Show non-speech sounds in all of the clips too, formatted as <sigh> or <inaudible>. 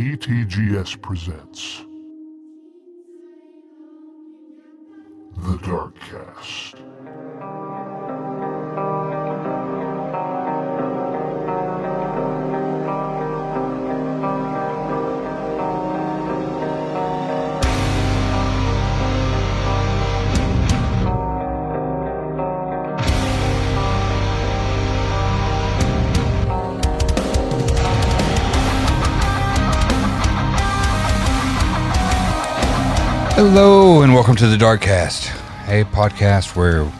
E ETGS presents The Darkcast. Hello and welcome to the Darkcast, a podcast where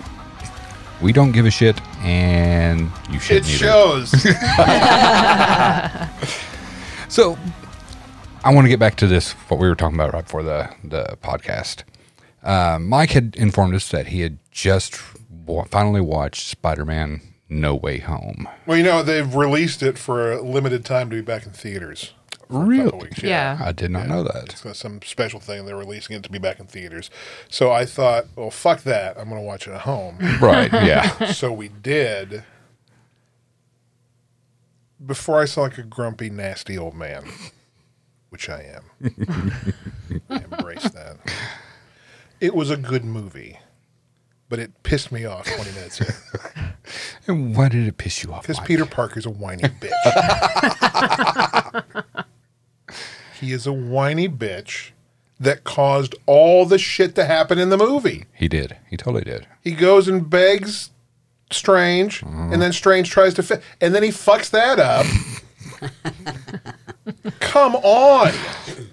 we don't give a shit and you should It neither. shows. So I want to get back to this what we were talking about right before the the podcast. Uh, Mike had informed us that he had just wa- finally watched Spider-Man: No Way Home. well, you know they've released it for a limited time to be back in theaters. A couple Really? weeks, Yeah. I did not know that. So some special thing they're releasing it to be back in theaters. So I thought, well, fuck that. I'm going to watch it at <laughs> home. Right? Yeah. so we did. Before I sound like a grumpy, nasty old man, which I am, I embrace that. It was a good movie, but it pissed me off 20 minutes in. and why did it piss you off? Because Mike? Peter Parker's <laughs> a whiny bitch. he is a whiny bitch that caused all the shit to happen in the movie. He did. He totally did. He goes and begs Strange, Mm. and then Strange tries to fit, and then he fucks that up. Come on.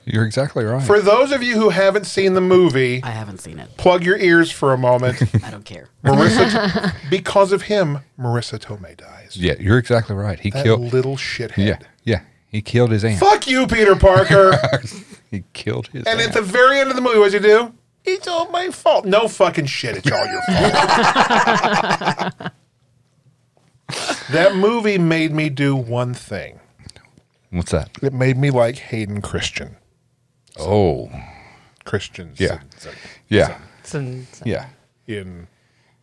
You're exactly right. For those of you who haven't seen the movie, I haven't seen it. plug your ears for a moment. I don't care. Marissa, <laughs> because of him, Marissa Tomei dies. yeah, you're exactly right. He That killed. little shithead. Yeah, yeah. He killed his aunt. Fuck you, Peter Parker. <laughs> He killed his and aunt. at the very end of the movie, what you do? It's all my fault. No fucking shit. It's all <laughs> your fault. that movie made me do one thing. What's that? It made me like Hayden Christian. Oh, Christian. Yeah. yeah, Some, yeah, In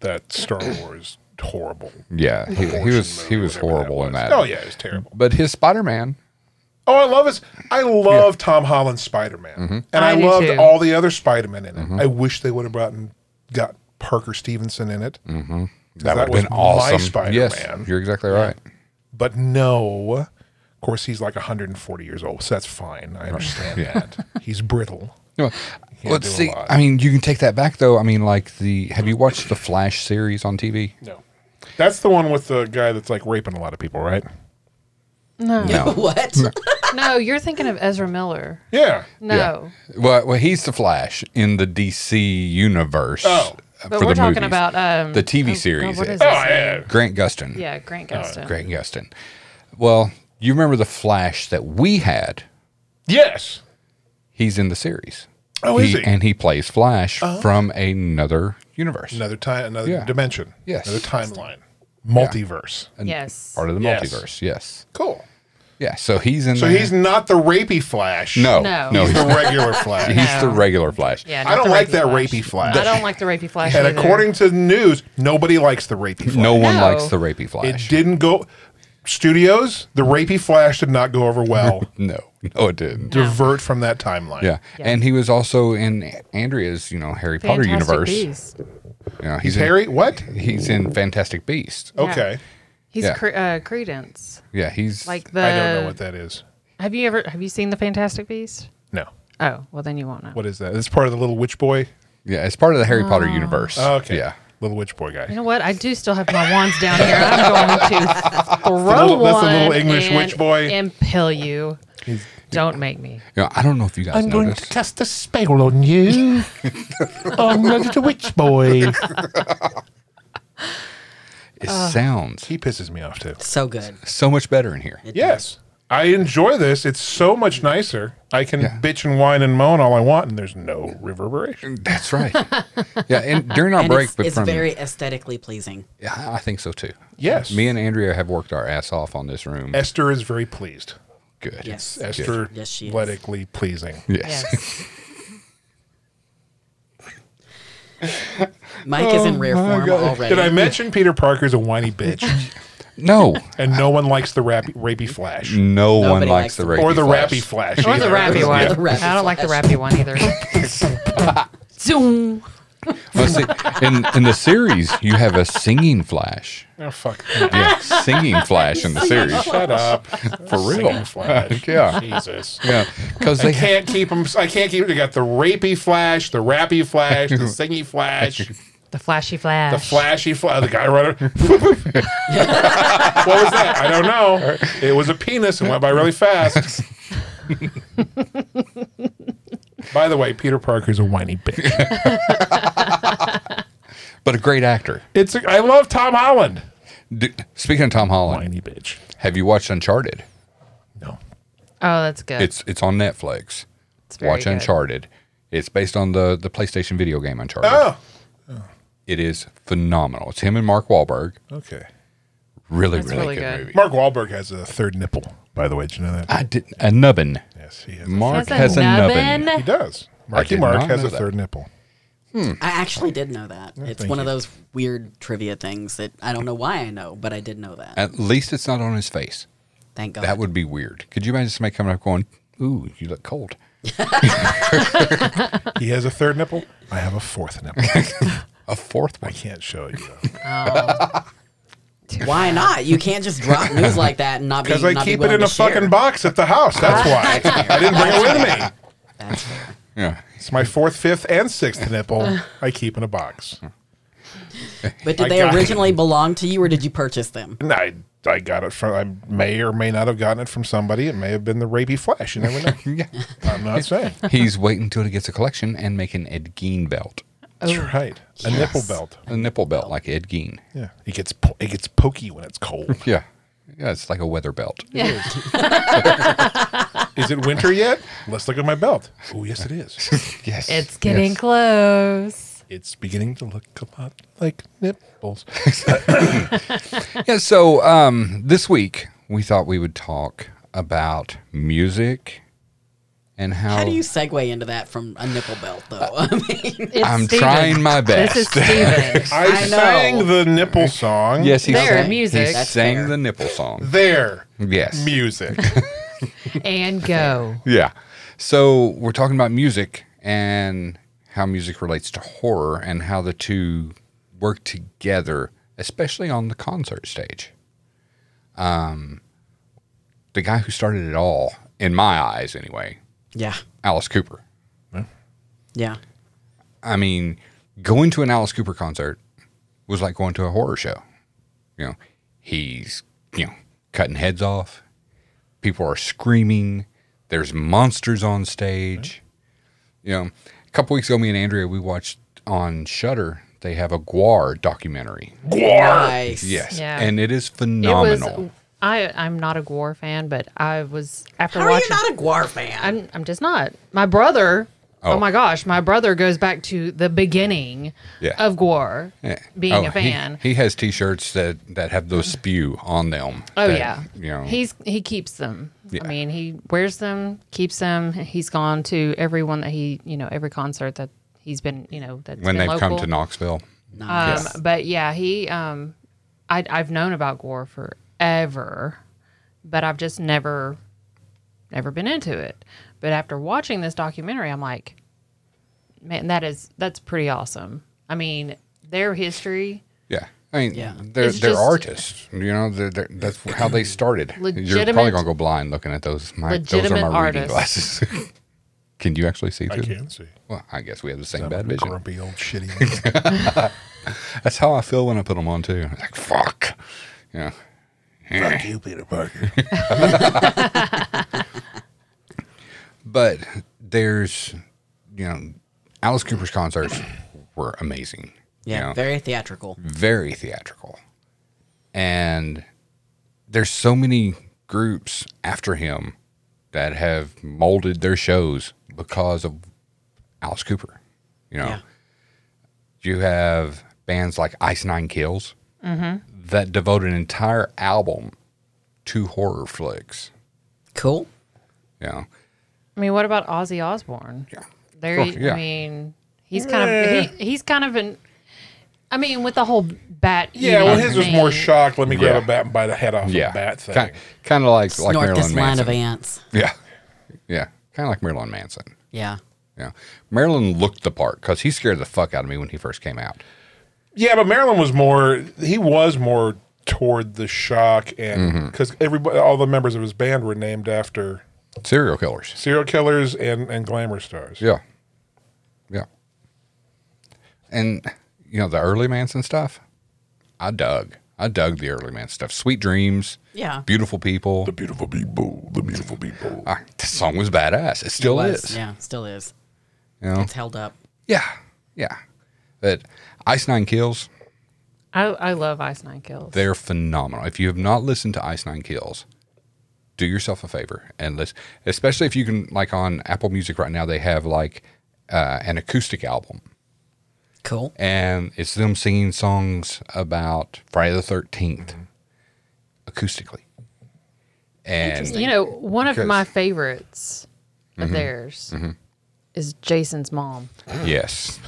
that Star Wars horrible. yeah. He, he abortion was he movie, was whatever that horrible in was. that. Oh yeah, it was terrible. but his Spider Man. Oh, I love his. I love Tom Holland's Spider Man, Mm-hmm. and I, I do loved too. all the other Spider Men in it. I wish they would have brought and got Parker Stevenson in it. Mm-hmm. That, that would have was been my awesome. Spider-Man. Yes, you're exactly right. But no, of course, he's like 140 years old, so that's fine. I understand that. He's brittle. No, let's do a see. lot. I mean, you can take that back though. I mean, like the have you watched the Flash series on TV? No. That's the one with the guy that's like raping a lot of people, right? no. No. what? <laughs> No, you're thinking of Ezra Miller. Yeah. Uh, No. well, well, he's the Flash in the DC universe. Oh. uh, But for we're the talking movies. about um, the TV oh, God, series. what is Oh, his name? yeah. Grant Gustin. Yeah, Grant Gustin. Grant Gustin. Well, you remember the Flash that we had? Yes. He's in the series. Oh, is he? Uh-huh. And he plays Flash from another universe, Another time, another Yeah. dimension. Yes. Another timeline. Multiverse. Yes. part of the Yes. multiverse. Yes. Cool. Yeah. So he's in. So there. he's not the rapey Flash. no, no, No. He's he's, the <laughs> regular Flash. he's the No. regular Flash. Yeah, I not don't the like that Flash. rapey Flash. I don't like the rapey flash. and either. according to the news, nobody likes the rapey Flash. No one No. likes the rapey It Flash. didn't go. Studios, the rapey Flash did not go <laughs> over well. no, no, it didn't. divert from that timeline. Yeah. Yeah. and he was also in Andrea's, you know, Harry Potter Fantastic universe. Beasts. You know, He's in- Harry. Oh. What? He's in Fantastic Beast. Yeah. Okay. He's Yeah. Cre- uh, Credence. Yeah, he's Like the. I don't know what that is. Have you ever have you seen the Fantastic Beast? No. Oh, well then you won't know. What is that? It's part of the Little Witch Boy. yeah, it's part of the Harry Potter uh, universe. Oh, okay. Yeah. Little Witch Boy You guy. know what? I do still have my wands down <laughs> here. I'm going to throw little- one that's the little English and witch boy. impale you. Don't make me. You know, I don't know if you guys noticed. cast a spell on <laughs> you. I'm ready to Witch Boy. It uh, sounds He pisses me off too. So good. so much better in here. <laughs> Yes. I enjoy this. It's so much nicer. I can bitch and whine and moan all I want, and there's no reverberation. That's right. yeah, and during our And break, it's, but it's from very aesthetically pleasing. yeah, I I think so too. Yes. Me and Andrea have worked our ass off on this room. Esther is very pleased. Good. Yes. Esther, Yes, she is. aesthetically pleasing. Yes. Yes. Mike is in rare form already. Oh <laughs> Did I mention Peter Parker's a whiny bitch? <laughs> No, And no one likes the rappy, rapey flash. no one Nobody likes likes the it. rapey Or the Mm. flash. rappy flash. Or the either. rappy one. Yeah, the rappy I don't like the flash. rappy one either. Zoom. Well, see, in in the series, you have a singing flash. Oh, fuck. Yeah, singing flash <laughs> in the series. Shut up. <laughs> For real. Singing <laughs> Flash. Yeah. Jesus. Yeah, because I they ha- can't keep them. I can't keep. They got the rapey flash, the rappy flash, the singy flash, The flashy flash. the flashy flash. The guy running. <laughs> what was that? I don't know. It was a penis and went by <laughs> really fast. by the way, Peter Parker's a whiny bitch. but a great actor. It's. A, I love Tom Holland. D- Speaking of Tom Holland, Whiny bitch. have you watched Uncharted? No. Oh, that's good. It's it's on Netflix. It's very Watch good. Uncharted. It's based on the the PlayStation video game Uncharted. Oh. It is phenomenal. It's him and Mark Wahlberg. Okay. Really, That's really, really good, good. movie. Mark Wahlberg has a third nipple. By the way, did you know that? I didn't a nubbin. Yes, he has. a- Mark That's has a nubbin. He does. Marky did Mark not has know a that. third nipple. I actually did know that. It's thank one of you. those weird trivia things that I don't know why I know, but I did know that. At least it's not on his face. Thank God. That would be weird. Could you imagine somebody coming up going, "Ooh, you look cold." He has a third nipple. I have a fourth nipple. A fourth <laughs> I one. can't show it you why not? You can't just drop news like that and not be. because I not be keep it willing in to a share. fucking box at the house. That's why I didn't bring it with me. That's fair. Yeah. It's my fourth, fifth, and sixth nipple. I keep in a box. I But did they got it. originally belong to you, or did you purchase them? And I, I got it from. I may or may not have gotten it from somebody. It may have been the rapey flash. You never know. Yeah. I'm not saying. He's waiting until he gets a collection and make an Ed Gein belt, That's right. A nipple belt. a nipple belt like Ed Gein. Yeah. It gets po- it gets pokey when it's cold. Yeah. Yeah, it's like a weather belt. Is it winter yet? Let's look at my belt. Oh yes, it is. <laughs> Yes. It's getting Yes. close. It's beginning to look a lot like nipples. Yeah, so um, this week we thought we would talk about music and how, How do you segue into that from a nipple belt, though? Uh, <laughs> I mean, It's I'm Steven. trying my best. This is Steven. <laughs> I, I know. sang the nipple song. yes, he There, sang, music. He That's sang fair. the nipple song. There. Yes. Music. and go. Yeah. So we're talking about music and how music relates to horror and how the two work together, especially on the concert stage. Um, the guy who started it all, in my eyes anyway, yeah, Alice Cooper. yeah. I mean, going to an Alice Cooper concert was like going to a horror show. You know, he's, you know, cutting heads off. People are screaming. There's monsters on stage. You know, a couple weeks ago, me and Andrea, we watched on Shutter. They have a Guar documentary. Nice. Yes. Yeah. And it is It phenomenal. was. I I'm not a Gore fan, but I was after How are you watching. not a Guar fan? I'm I'm just not. My brother. Oh. Oh. my gosh, my brother goes back to the beginning Yeah. of Gore Yeah. being Oh, he- a fan. He, has t shirts that, that have those spew on them. oh that, yeah, You know, he's he keeps them. Yeah. I mean, he wears them, keeps them. He's gone to everyone that he you know every concert that he's been you know that's when been they've come local. to Knoxville. Um, nice. But yeah, he, um, I, I've known about Gore forever, but I've just never, never been into it. But after watching this documentary, I'm like, man, that is that's pretty awesome. I mean, their history, Yeah. I mean, Yeah. they're, It's they're just- artists. You know, they're, they're, that's how <clears throat> they started. You're probably Legitimate- going to go blind looking at those. My, those are legitimate my reading artists. glasses. <laughs> can you actually see I through? them? can see. Well, I guess we have the same I'm a bad vision. Grumpy old shitty. man. That's how I feel when I put them on, too. It's like, fuck. You know, Fuck you, Peter Parker. but there's, you know, Alice Cooper's concerts were amazing. you yeah, know. very theatrical. very theatrical. And there's so many groups after him that have molded their shows because of Alice Cooper. You know, Yeah. you have bands like Ice Nine Kills Mm-hmm. that devote an entire album to horror flicks. Cool. You know, I mean, what about Ozzy Osbourne? Yeah. There, Sure, he- yeah. I mean, he's kind of he, he's kind of an. I mean, with the whole bat. <laughs> Yeah, well, eating his was thing. more shocked. Let me grab Yeah. a bat and bite the head off Yeah, a bat thing. kind, kind of like like Snort this Marilyn line Manson. of ants. yeah, yeah, kind of like Marilyn Manson. Yeah. Yeah, Marilyn looked the part because he scared the fuck out of me when he first came out. Yeah, but Marilyn was more. He was more toward the shock, and because everybody, all the members of his band were named after Serial killers. serial killers and and glamour stars. Yeah. Yeah. And you know, the early Manson stuff, I dug. I dug the early Manson stuff. Sweet Dreams, Yeah. Beautiful People. The beautiful people, the beautiful people. Ah, the song was badass. It still Was. is. Yeah. Yeah, still is. You know? It's held up. yeah. Yeah. But Ice Nine Kills, I, I love Ice Nine Kills. they're phenomenal. If you have not listened to Ice Nine Kills, do yourself a favor and listen. Especially if you can, like on Apple Music right now, they have like uh, an acoustic album. Cool. and it's them singing songs about Friday the 13th acoustically. And you know, one of Because- my favorites of theirs is Jason's mom. <gasps> yes,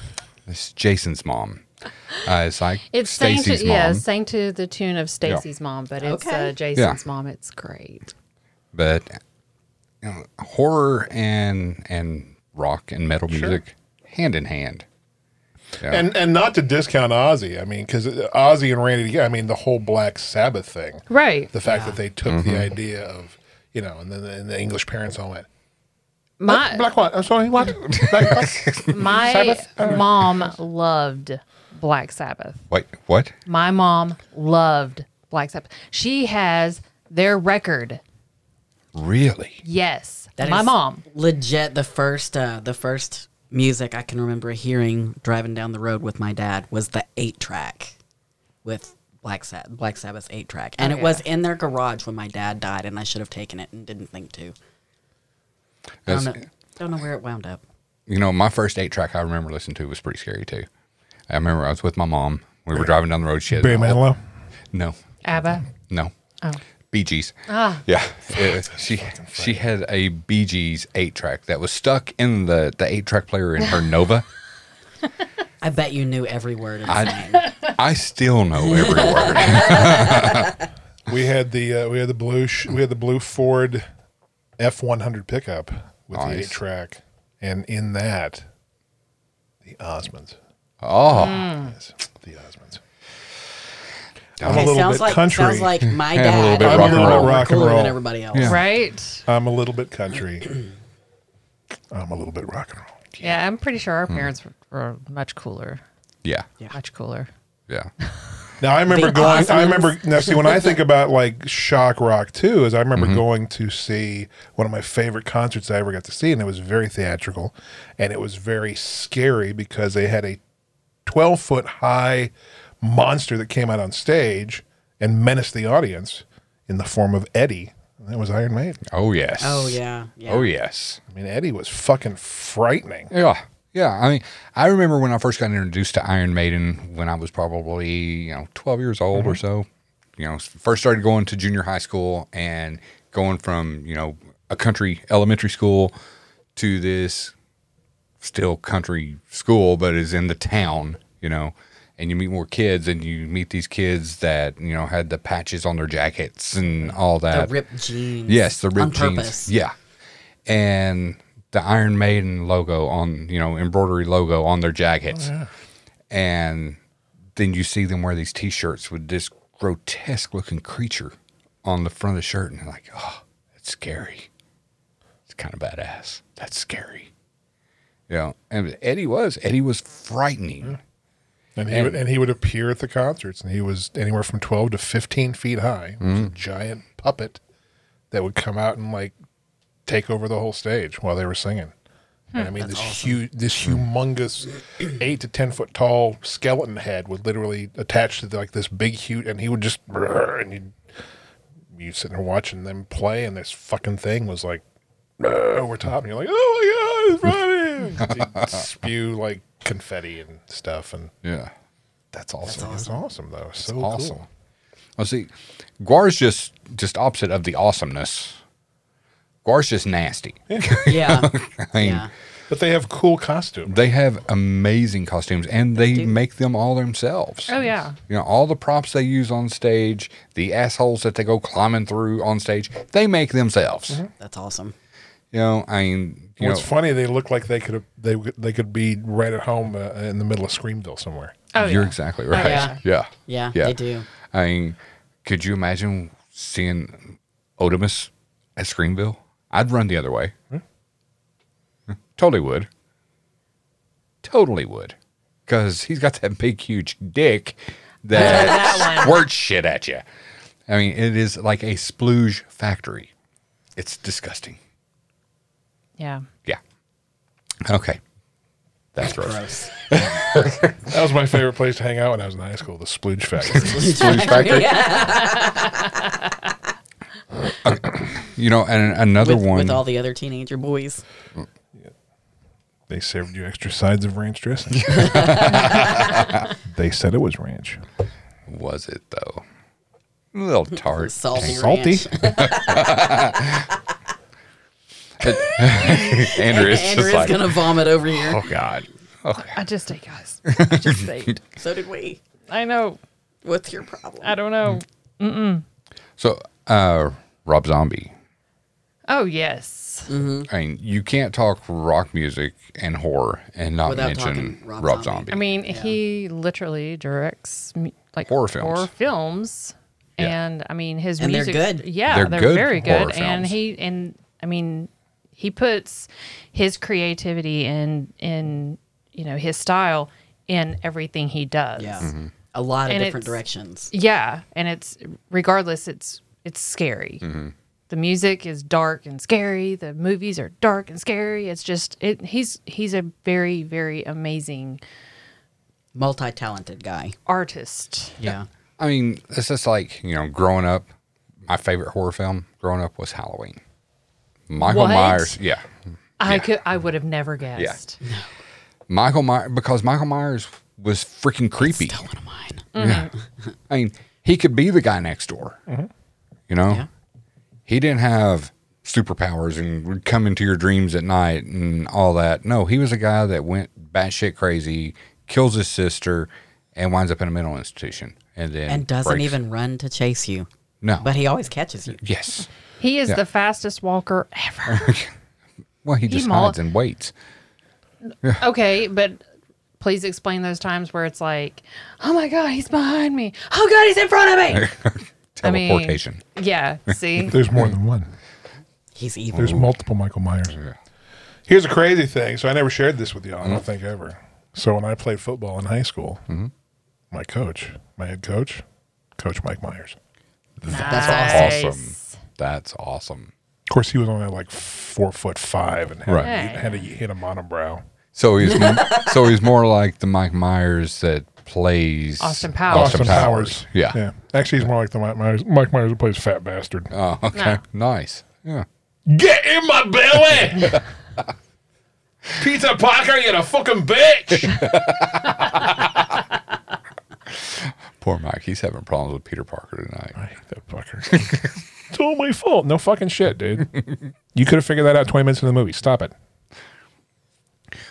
it's Jason's mom. Uh, it's like It's sang to, Stacy's mom, yeah, sang to the tune of Stacy's mom, but it's Okay. uh, Jason's mom. It's great. but you know, horror and and rock and metal music hand in hand. And and not to discount Ozzy, I mean, because Ozzy and Randy, yeah, I mean, the whole Black Sabbath thing, Right. the fact that they took the idea of, you know, and then the, and the English parents all went, My Black what? I'm sorry, what? <laughs> <laughs> Black <laughs> what? my Sabbath? mom loved Black Sabbath. Wait, what? My mom loved Black Sabbath. She has their record. Really? Yes. That my is mom. legit the first uh the first music I can remember hearing driving down the road with my dad was the 8 track with Black Sabbath, Black Sabbath's 8 track. And Oh, it was in their garage when my dad died and I should have taken it and didn't think to. I don't know, That's- don't know where it wound up. you know, my first eight track I remember listening to was pretty scary too. I remember I was with my mom. We were driving down the road. She had Barry Manilow. no, ABBA. No. Oh. Bee Gees. Ah. Yeah. <laughs> It- she she had a Bee Gees eight track that was stuck in the the eight track player in her Nova. <laughs> I bet you knew every word of the I- song. I still know <laughs> every word. We had the uh, we had the blue sh- we had the blue Ford F one hundred pickup with the Nice. eight track, and in that, the Osmonds, Oh, Hmm. yes, the Osmonds. I'm It a little sounds bit like country. <laughs> sounds like my Yeah, a little dad bit rock was and cooler roll. Rock and roll. than everybody else. Yeah. Right. I'm a little bit country. <clears throat> I'm a little bit rock and roll. Yeah, I'm pretty sure our Hmm. parents were, were much cooler. yeah, Much cooler. yeah. Now I remember The going. I Osmonds. remember now. See, when I think about like shock rock too, is I remember going to see one of my favorite concerts I ever got to see, and it was very theatrical, and it was very scary because they had a twelve foot high monster that came out on stage and menaced the audience in the form of Eddie. And that was Iron Maiden. Oh yes. Oh yeah. yeah. Oh yes. I mean, Eddie was fucking frightening. Yeah. Yeah. I mean, I remember when I first got introduced to Iron Maiden when I was probably, you know, 12 years old or so. You know, first started going to junior high school and going from, you know, a country elementary school to this still country school, but is in the town, you know, and you meet more kids and you meet these kids that, you know, had the patches on their jackets and all The that. ripped jeans. Yes, the ripped on jeans. <laughs> Purpose. Yeah, and the Iron Maiden logo on you know embroidery logo on their jackets, and then you see them wear these T-shirts with this grotesque looking creature on the front of the shirt, and you're like, oh, that's scary. It's kind of badass. That's scary. You know, and Eddie was Eddie was frightening. And he would, and he would appear at the concerts, and he was anywhere from twelve to fifteen feet high, He was a giant puppet that would come out and like take over the whole stage while they were singing. And I mean, this huge, this humongous, eight to ten foot tall skeleton head would literally attach to like this big, huge, and he would just and you you sitting there watching them play, and this fucking thing was like over top, and you're like, oh my god, it's running! He'd spew like confetti and stuff, and Yeah, that's awesome. That's awesome, though. So awesome. cool. Well, see, Guar's just just opposite of the awesomeness. Guar's just nasty. Yeah. <laughs> I mean, yeah. But But they have cool costumes. They have amazing costumes and they make them all themselves. Oh, yeah. You know, all the props they use on stage, the assholes that they go climbing through on stage, they make themselves. That's awesome. You know, I mean, you What's know, funny, they look like they could they they could be right at home uh, in the middle of Screamville somewhere. Oh, you're yeah. exactly right. yeah. yeah. Yeah, Yeah. they do. I mean, could you imagine seeing Odamus at Screenville? I'd run the other way. Totally would. Totally would. Because he's got that big, huge <laughs> dick that, That one. squirts shit at you. I mean, it is like a splooge factory. It's disgusting. Yeah. Yeah. Okay. That's gross. Gross. That was my favorite place to hang out when I was in high school, the Splooge <laughs> Factory. Splooge <laughs> factory. You know, and another With, one. with all the other teenager boys. they served you extra sides of ranch dressing. they said it was ranch. Was it though? A <laughs> little tart. Salty. Salty. <laughs> Ranch. Andrew <laughs> is just Andrew's like, gonna vomit over here. oh god. I just <laughs> ate, guys. I just ate. So did we. I know. What's your problem? I don't know. So, uh, Rob Zombie. Oh, yes. I mean, you can't talk rock music and horror and not Without mention talking Rob, Rob Zombie. Zombie. I mean, he literally directs mu- like Horror films. horror films, Yeah. and I mean his And they're music. good. Yeah, They're they're, good very horror good. And films. he and I mean, he puts his creativity and in you know his style in everything he does. Yeah. Mm-hmm. A lot of And different it's- directions. Yeah, and it's regardless, it's it's scary. Mm-hmm. The music is dark and scary. The movies are dark and scary. It's just it. He's he's a very very amazing Multi talented guy. artist. Yeah. I mean, it's just like you know, growing up. My favorite horror film growing up was Halloween. Michael What? Myers. Yeah, I could I would have never guessed. Michael Myers because Michael Myers was freaking creepy. Still one of mine. I mean, he could be the guy next door. You know, Yeah. he didn't have superpowers and would come into your dreams at night and all that. No, he was a guy that went batshit crazy, kills his sister, and winds up in a mental institution, and then And doesn't breaks- even run to chase you. no. But he always catches you. yes, He is Yeah. the fastest walker <laughs> ever. well, he just maul- hides and waits. okay, but please explain those times where it's like, "Oh my god, he's behind me. Oh god, he's in front of me." <laughs> I mean- Teleportation. yeah, <laughs> see? There's more than one. Mm-hmm. He's evil. There's multiple Michael Myers. Here's a crazy thing. So I never shared this with y'all. I don't think ever. So when I played football in high school, my coach, my head coach, Coach Mike Myers. That's Nice. awesome. That's awesome. Of course, he was only like four foot five and <laughs> had, Right. Hey. had to hit him on a brow. So he's m- so he's more like the Mike Myers that plays Austin Powers. Austin, Powers. Yeah. yeah. Actually, he's more like the Mike Myers. Mike Myers who plays fat bastard. Oh, okay. Nice. Yeah. Get in my <laughs> belly, Peter Parker. You're a fucking bitch. Poor Mike. He's having problems with Peter Parker tonight. I hate that fucker. <laughs> it's all my fault. No fucking shit, dude. you could have figured that out 20 minutes into the movie. Stop it.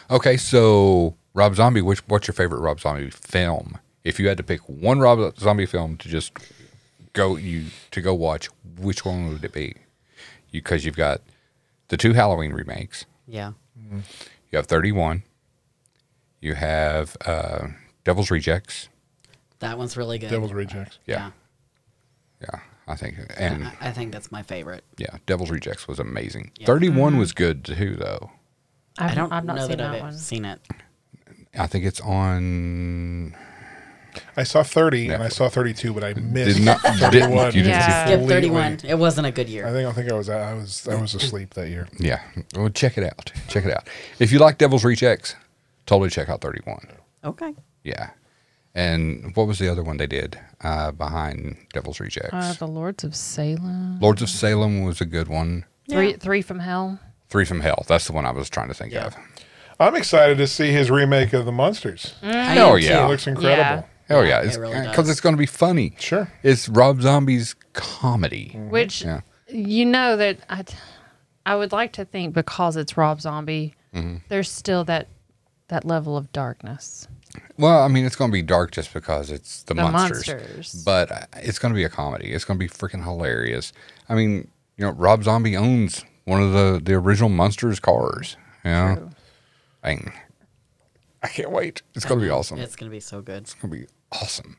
Okay, so Rob Zombie, which what's your favorite Rob Zombie film? If you had to pick one Rob Zombie film to just go you to go watch, which one would it be? Because you, have got the two Halloween remakes. Yeah. You have 31. You have uh, Devil's Rejects. That one's really good. Devil's Rejects. Yeah. Yeah. I think and I, I think that's my favorite. yeah, Devil's Rejects was amazing. 31 was good too though. I've, I don't I've not know seen that that, I've one. seen it. I think it's on I saw 30 and I saw 32, but I missed <laughs> not- you didn't- 31. you didn't Yeah. Skip completely. 31. It wasn't a good I year. think I think I was I was I was asleep that year. Yeah. Well, check it out. Check it out. If you like Devil's Rejects, totally check out 31. Okay. Yeah. And what was the other one they did uh, behind Devil's Rejects? Uh, the Lords of Salem. Lords of Salem was a good one. Three Three from Hell. Three from Hell. That's the one I was trying to think Yeah. of. I'm excited to see his remake of The Monsters. I Oh, am too. yeah. It looks incredible. Yeah. Hell yeah. Because it really it's, does. going to be funny. Sure. It's Rob Zombie's comedy. Mm. Which Yeah. you know that I, I would like to think because it's Rob Zombie Mm-hmm. there's still that that level of darkness. Well, I mean, it's going to be dark just because it's the, The monsters. monsters. But uh, it's going to be a comedy. It's going to be freaking hilarious. I mean, you know, Rob Zombie owns one of the the original monsters cars. You know, True. I, mean, I can't wait. It's going to be awesome. It's It's gonna be so good. going to be awesome.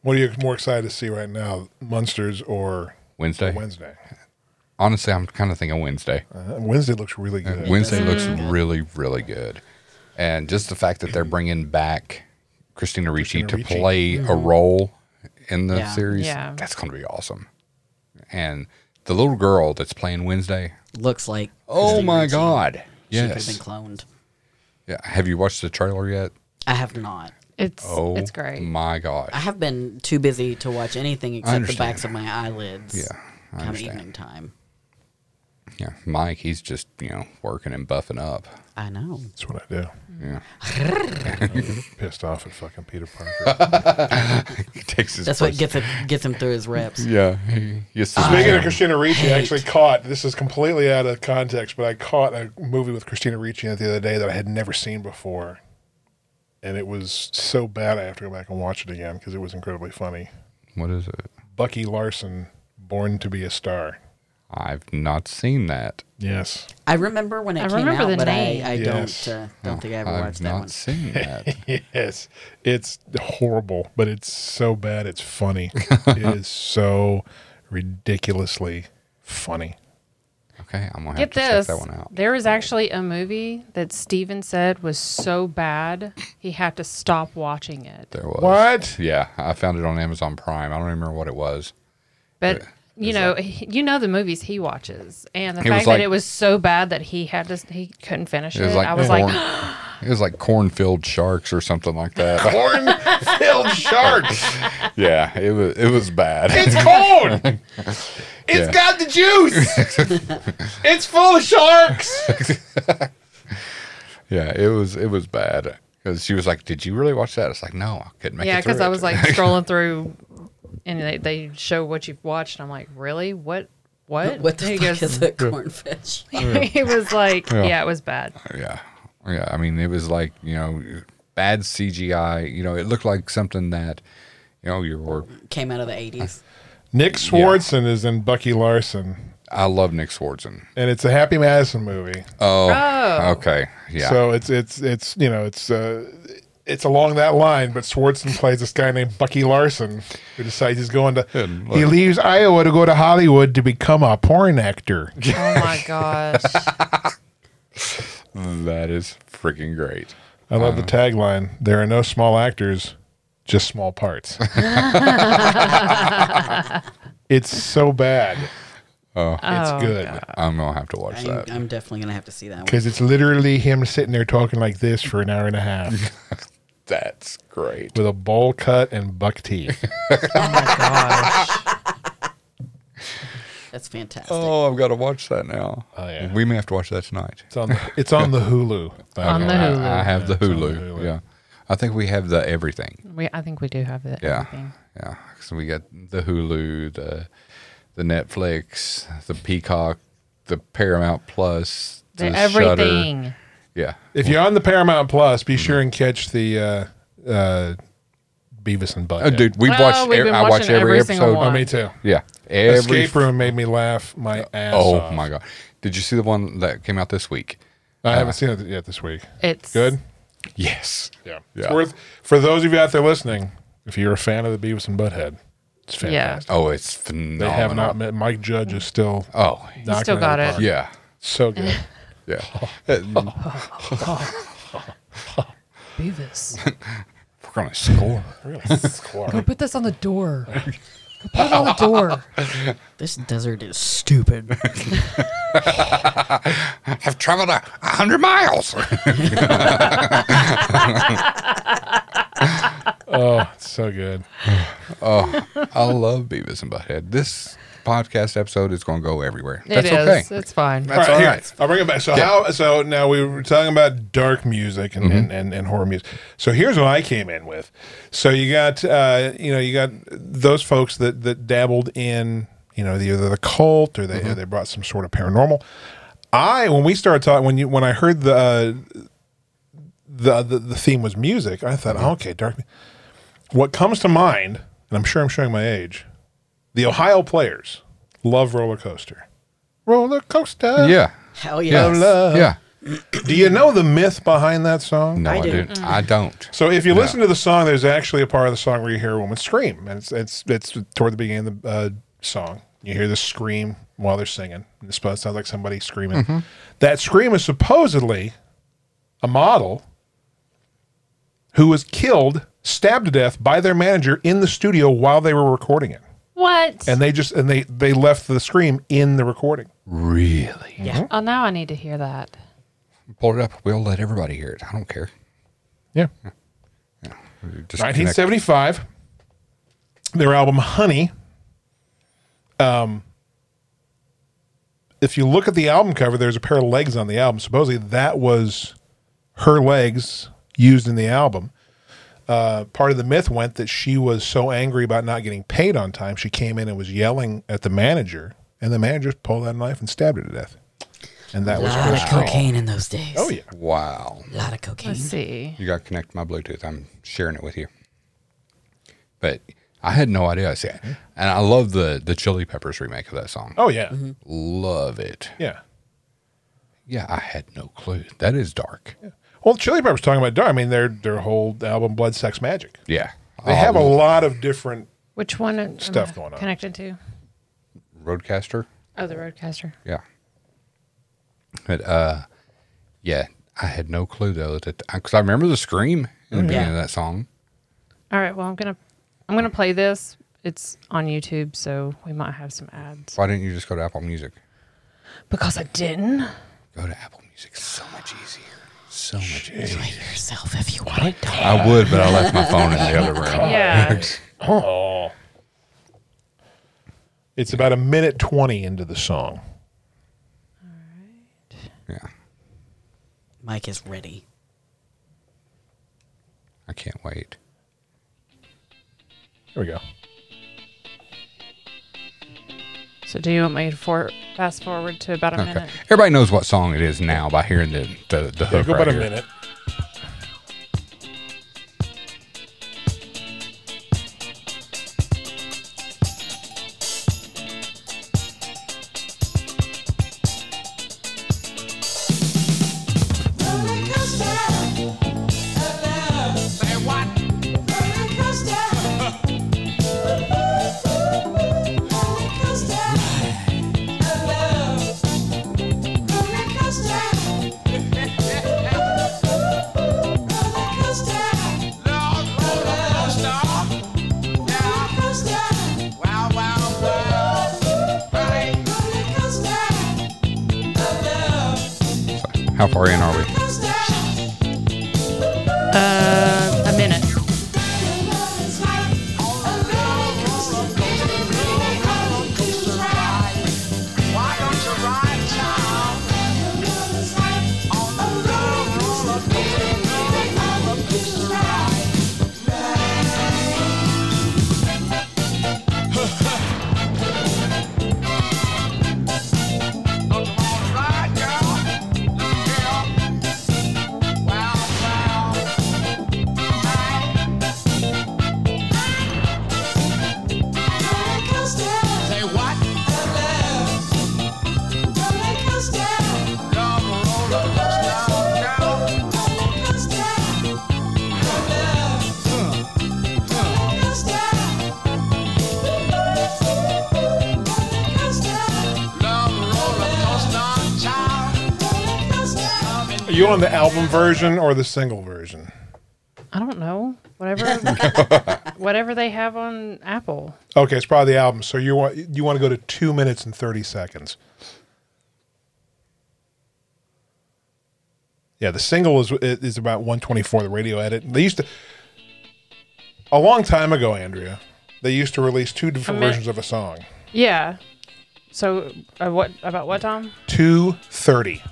What are you more excited to see right now, Munsters or Wednesday. Wednesday? Honestly, I'm kind of thinking Wednesday. Uh, Wednesday looks really good. Wednesday looks really, really good. And just the fact that they're bringing back Christina Ricci Christina to Ricci. Mm-hmm. play a role in the Yeah. series, Yeah. that's going to be awesome. And the little girl that's playing Wednesday, Looks like oh Christine my Ricci. God. She could have been Yes. cloned. Yeah. Have you watched the trailer yet? I have not. It's Oh, it's great. my God. I have been too busy to watch anything except the understand. backs of my eyelids. Yeah, I come understand. evening time. Yeah. Mike, he's just, you know, working and buffing up. I know. That's what I do. Mm. Yeah. <laughs> Pissed off at fucking Peter Parker. He takes his That's first- what gets it gets him through <laughs> his reps. Yeah. He, yes, Speaking of Christina Ricci, I actually caught this is completely out of context, but I caught a movie with Christina Ricci in it the other day that I had never seen before, and it was so bad I have to go back and watch it again because it was incredibly funny. what is it? Bucky Larson, Born to Be a Star. I've not seen that. Yes, I remember when it I came remember out, the but name. I, I Yes. don't uh, don't think I ever I've watched that not one. seen <laughs> that. <laughs> yes, it's horrible, but it's so bad it's funny. it is so ridiculously funny. okay, I'm gonna have Get to this. check that one out. There is actually a movie that Steven said was so bad he had to stop watching it. There was What? Yeah, I found it on Amazon Prime. I don't remember what it was. But you know, he- you know the movies he watches, and the It was fact like- that it was so bad that he had to he couldn't finish It it. was like I was corn, like, <gasps> it was like cornfield sharks or something like that. <laughs> cornfield sharks. <laughs> yeah, it was it was bad. It's cold. It's Yeah. got the juice. it's full of sharks. <laughs> yeah, it was it was bad. Because she was like, "Did you really watch that?" It's like, "No, I couldn't make <gasps> yeah, it." through because I it." <laughs> was like scrolling through, and they, they show what you've watched. And I'm like, really? What? What? What the He fuck goes- <laughs> <laughs> is a cornfish? it was like, yeah. it was bad. Yeah. Yeah. I mean, it was like, you know, bad CGI. You know, it looked like something that, you know, you were. Came out of the eighties. Nick Swartzen is in Bucky Larson, I love Nick Swartzen. and it's a Happy Madison movie. Oh. Oh. Okay. Yeah. So it's it's it's you know it's uh, it's along that line. But Swartzen plays this guy named Bucky Larson who decides he's going to. And he look. leaves Iowa to go to Hollywood to become a porn actor. Oh my <laughs> gosh. that is freaking great. I love the Uh-huh. tagline: "There are no small actors, just <laughs> small parts." it's so bad. it's Oh, good. I'm going to have to watch I'm, that. I'm definitely gonna have to see that one. Because it's literally him sitting there talking like this for an hour and <laughs> a half That's great. with a bowl cut and buck teeth. oh That's fantastic. Oh, I've got to watch that now. Oh, yeah. We may have to watch that tonight. It's on the, it's on the Hulu. On the I, Hulu. I have the Yeah, it's on Hulu. the Hulu. Yeah. I think we have the everything. We, I think we do have that. Yeah. everything. Yeah. So we got the Hulu, the the Netflix, the Peacock, the Paramount Plus, The the Shudder. everything. Yeah. if you're on the Paramount Plus, be sure and catch the uh, uh, Beavis and Butthead. Oh, dude, we've Oh, watched. we've ev- been I watch watching every, every single episode. Oh, one. me too. Yeah, every. Escape Room made me laugh my ass oh off. my god! Did you see the one that came out this week? I haven't seen it yet this week. It's Good. Yes. Yeah. Yeah. It's worth for those of you out there listening. If you're a fan of the Beavis and Butthead, it's fantastic. Oh, it's They phenomenal. have not met. Mike Judge is still. Oh, knocking still out of got the it. park. yeah, So good. <laughs> yeah. Beavis. We're gonna <laughs> score. Go put this on the door. Go put it on the door. This desert <laughs> is stupid. I've traveled a a hundred miles. <laughs> Oh, it's so good. I love Beavis and Butthead. This podcast episode is gonna go everywhere. It That's is. okay. It's fine. That's all here, right. I'll bring it back. So how? So now we were talking about dark music and, Mm-hmm. and, and, and horror music. So here's what I came in with. So you got uh, you know you got those folks that Mm-hmm. that dabbled in you know the, either the cult or they they brought some sort of paranormal. I when we started talking when you when I heard the uh, the, the the theme was music, I thought, Mm-hmm. oh, okay, dark. What comes to mind, and I'm sure I'm showing my age, the Ohio Players love roller coaster, roller coaster. Yeah. Hell Yeah. yes. Yeah. Do you know the myth behind that song? No, I, I do. didn't. I don't. So if you listen to the song, there's actually a part of the song where you hear a woman scream, and it's it's it's toward the beginning of the uh, song. You hear the scream while they're singing. And It's supposed to sound like somebody screaming. That scream is supposedly a model who was killed, stabbed to death by their manager in the studio while they were recording it, What? and they just and they they left the scream in the recording. Really? oh, now I need to hear that. Pull it up. We'll let everybody hear it. I don't care. Yeah, Just 1975. Their album Honey. Um, if you look at the album cover, there's a pair of legs on the album. Supposedly that was her legs used in the album. Uh, part of the myth went that she was so angry about not getting paid on time, she came in and was yelling at the manager, and the manager pulled out a knife and stabbed her to death. And that A was lot her of story. cocaine in those days. Oh yeah, connect- Wow. A lot of cocaine. Let's see. You got to connect my Bluetooth. I'm sharing it with you. But I had no idea. I said, Mm-hmm. and I love the the Chili Peppers remake of that song. oh yeah, Love it. yeah. Yeah, I had no clue. That is dark. Well, Chili Peppers talking about dark. I mean, their their whole album Blood, Sex, Magic. Yeah. They have a Oh, lot of different. Which one am Stuff I going on. connected to? Roadcaster. Oh, the Roadcaster. Yeah. But uh, yeah, I had no clue though that because I remember the scream in the Mm-hmm. beginning of Yeah. that song. All right. Well, I'm gonna I'm gonna play this. It's on YouTube, so we might have some ads. Why didn't you just go to Apple Music? Because I didn't. Go to Apple Music. So much easier. So much easier. Play yourself if you want it. I would, but I left my phone in the other room. Yeah. Oh. It's about a minute 20 into the song. Yeah. Mike is ready. I can't wait. Here we go. so do you want me to for, fast forward to about a Okay. minute? Everybody knows what song it is now by hearing the the, the Yeah, hook. go right about a here. minute. So, How far in are we? Uh, a minute. Say what? Love roller coaster. Love roller coaster, child. Are you on the album version or the single version? I don't know. Whatever whatever they have on Apple. Okay, it's probably the album. So you want you want to go to 2 minutes and 30 seconds. Yeah, the single is is about 124 the radio edit. They used to A long time ago, Andrea, they used to release two different minute. versions of a song. Yeah. So uh, what about what Tom? 230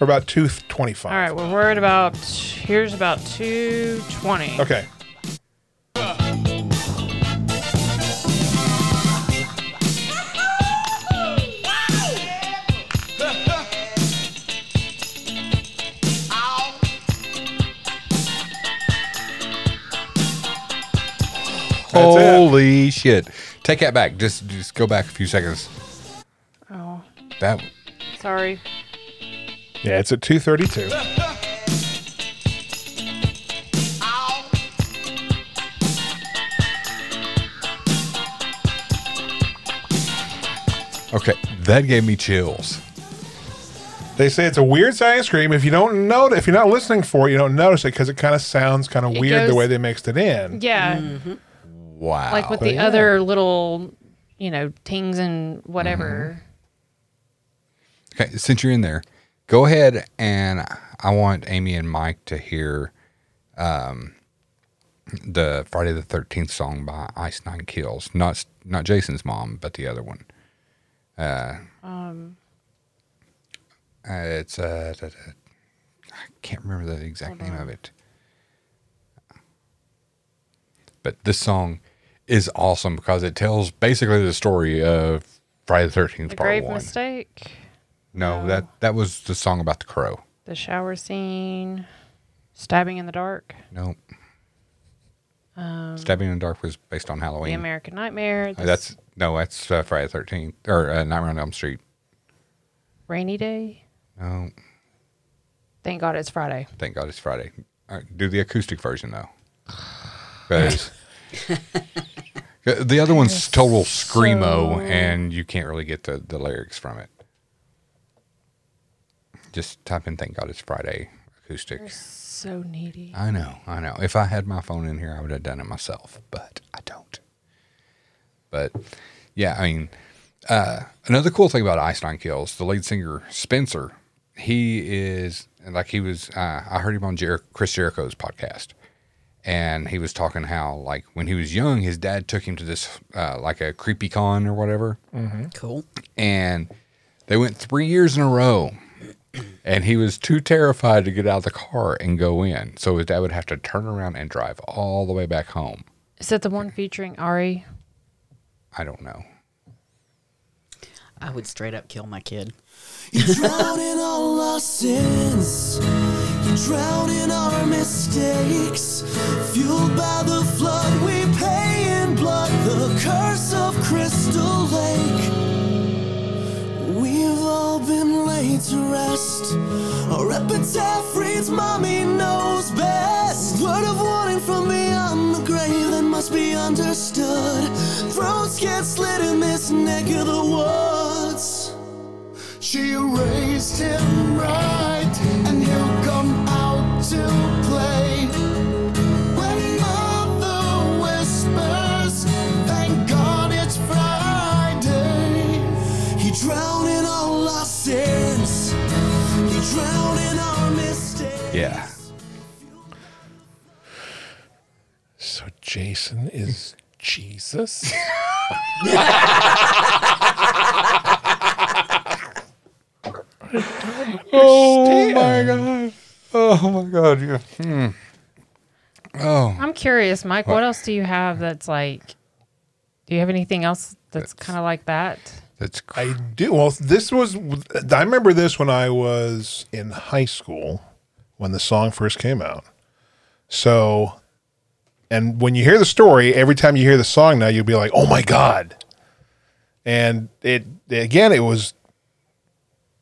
or about 225. All right, we're worried about here's about 220. Okay. it. Holy shit! Take that back. Just just go back a few seconds. Oh, That sorry. Yeah, it's at 232. okay. That gave me chills. They say it's a weird ice cream. If you don't know, if you're not listening for it, you don't notice it because it kind of sounds kind of It weird the goes- way they mixed it in. Yeah, Wow. like with Wow. the Yeah. other little, you know, tings and whatever. Okay, since you're in there, go ahead and I want Amy and Mike to hear um, the Friday the Thirteenth song by Ice Nine Kills. Not not Jason's mom, but the other one. Um. Uh, um, it's uh, da- da- I can't remember the exact name of it, but this song is awesome because it tells basically the story of Friday the Thirteenth The Part grave One. mistake, No, No. that that was the song about the crow. the shower scene, stabbing in the dark, No. Stabbing in the Dark was based on the Halloween. American nightmare. Uh, this that's no, that's uh, Friday the 13th or uh, Nightmare on Elm Street. rainy day. No, Thank God it's Friday. thank God it's Friday. Uh, do the acoustic version though. 'Cause- 'cause the other one's total screamo, and you can't really get the, the lyrics from it. Just type in "Thank God It's Friday" acoustic. So needy. I know, I know. If I had my phone in here, I would have done it myself, but I don't. But yeah, I mean, uh, another cool thing about Einstein Kills, the lead singer Spencer, he is like he was. Uh, I heard him on Jer- Chris Jericho's podcast, and he was talking how like when he was young, his dad took him to this uh, like a creepy con or whatever, Cool. and they went three years in a row. And he was too terrified to get out of the car and go in. So his dad would have to turn around and drive all the way back home. Is that the one featuring Ari? I don't know. I would straight up kill my kid. drown in all our sins. You drown in our mistakes. Fueled by the flood, we pay in blood the curse of Crystal Lake. We've all been laid to rest. Our epitaph reads, Mommy knows best. Word of warning from beyond the grave that must be understood. Throats get slit in this neck of the woods. She raised him right, and he'll come out to play. When mother whispers, thank God it's Friday. He drowned in all our sins, he drowned in our mistakes. Yeah. So Jason is Jesus. <laughs> Oh my god. Oh my god. Yeah. I'm curious, Mike. What else do you have that's like? Do you have anything else that's kind of like that? That's cr- I do. Well, this was, I remember this when I was in high school when the song first came out. So, and when you hear the story, every time you hear the song now, you'll be like, oh my God. And it, again, it was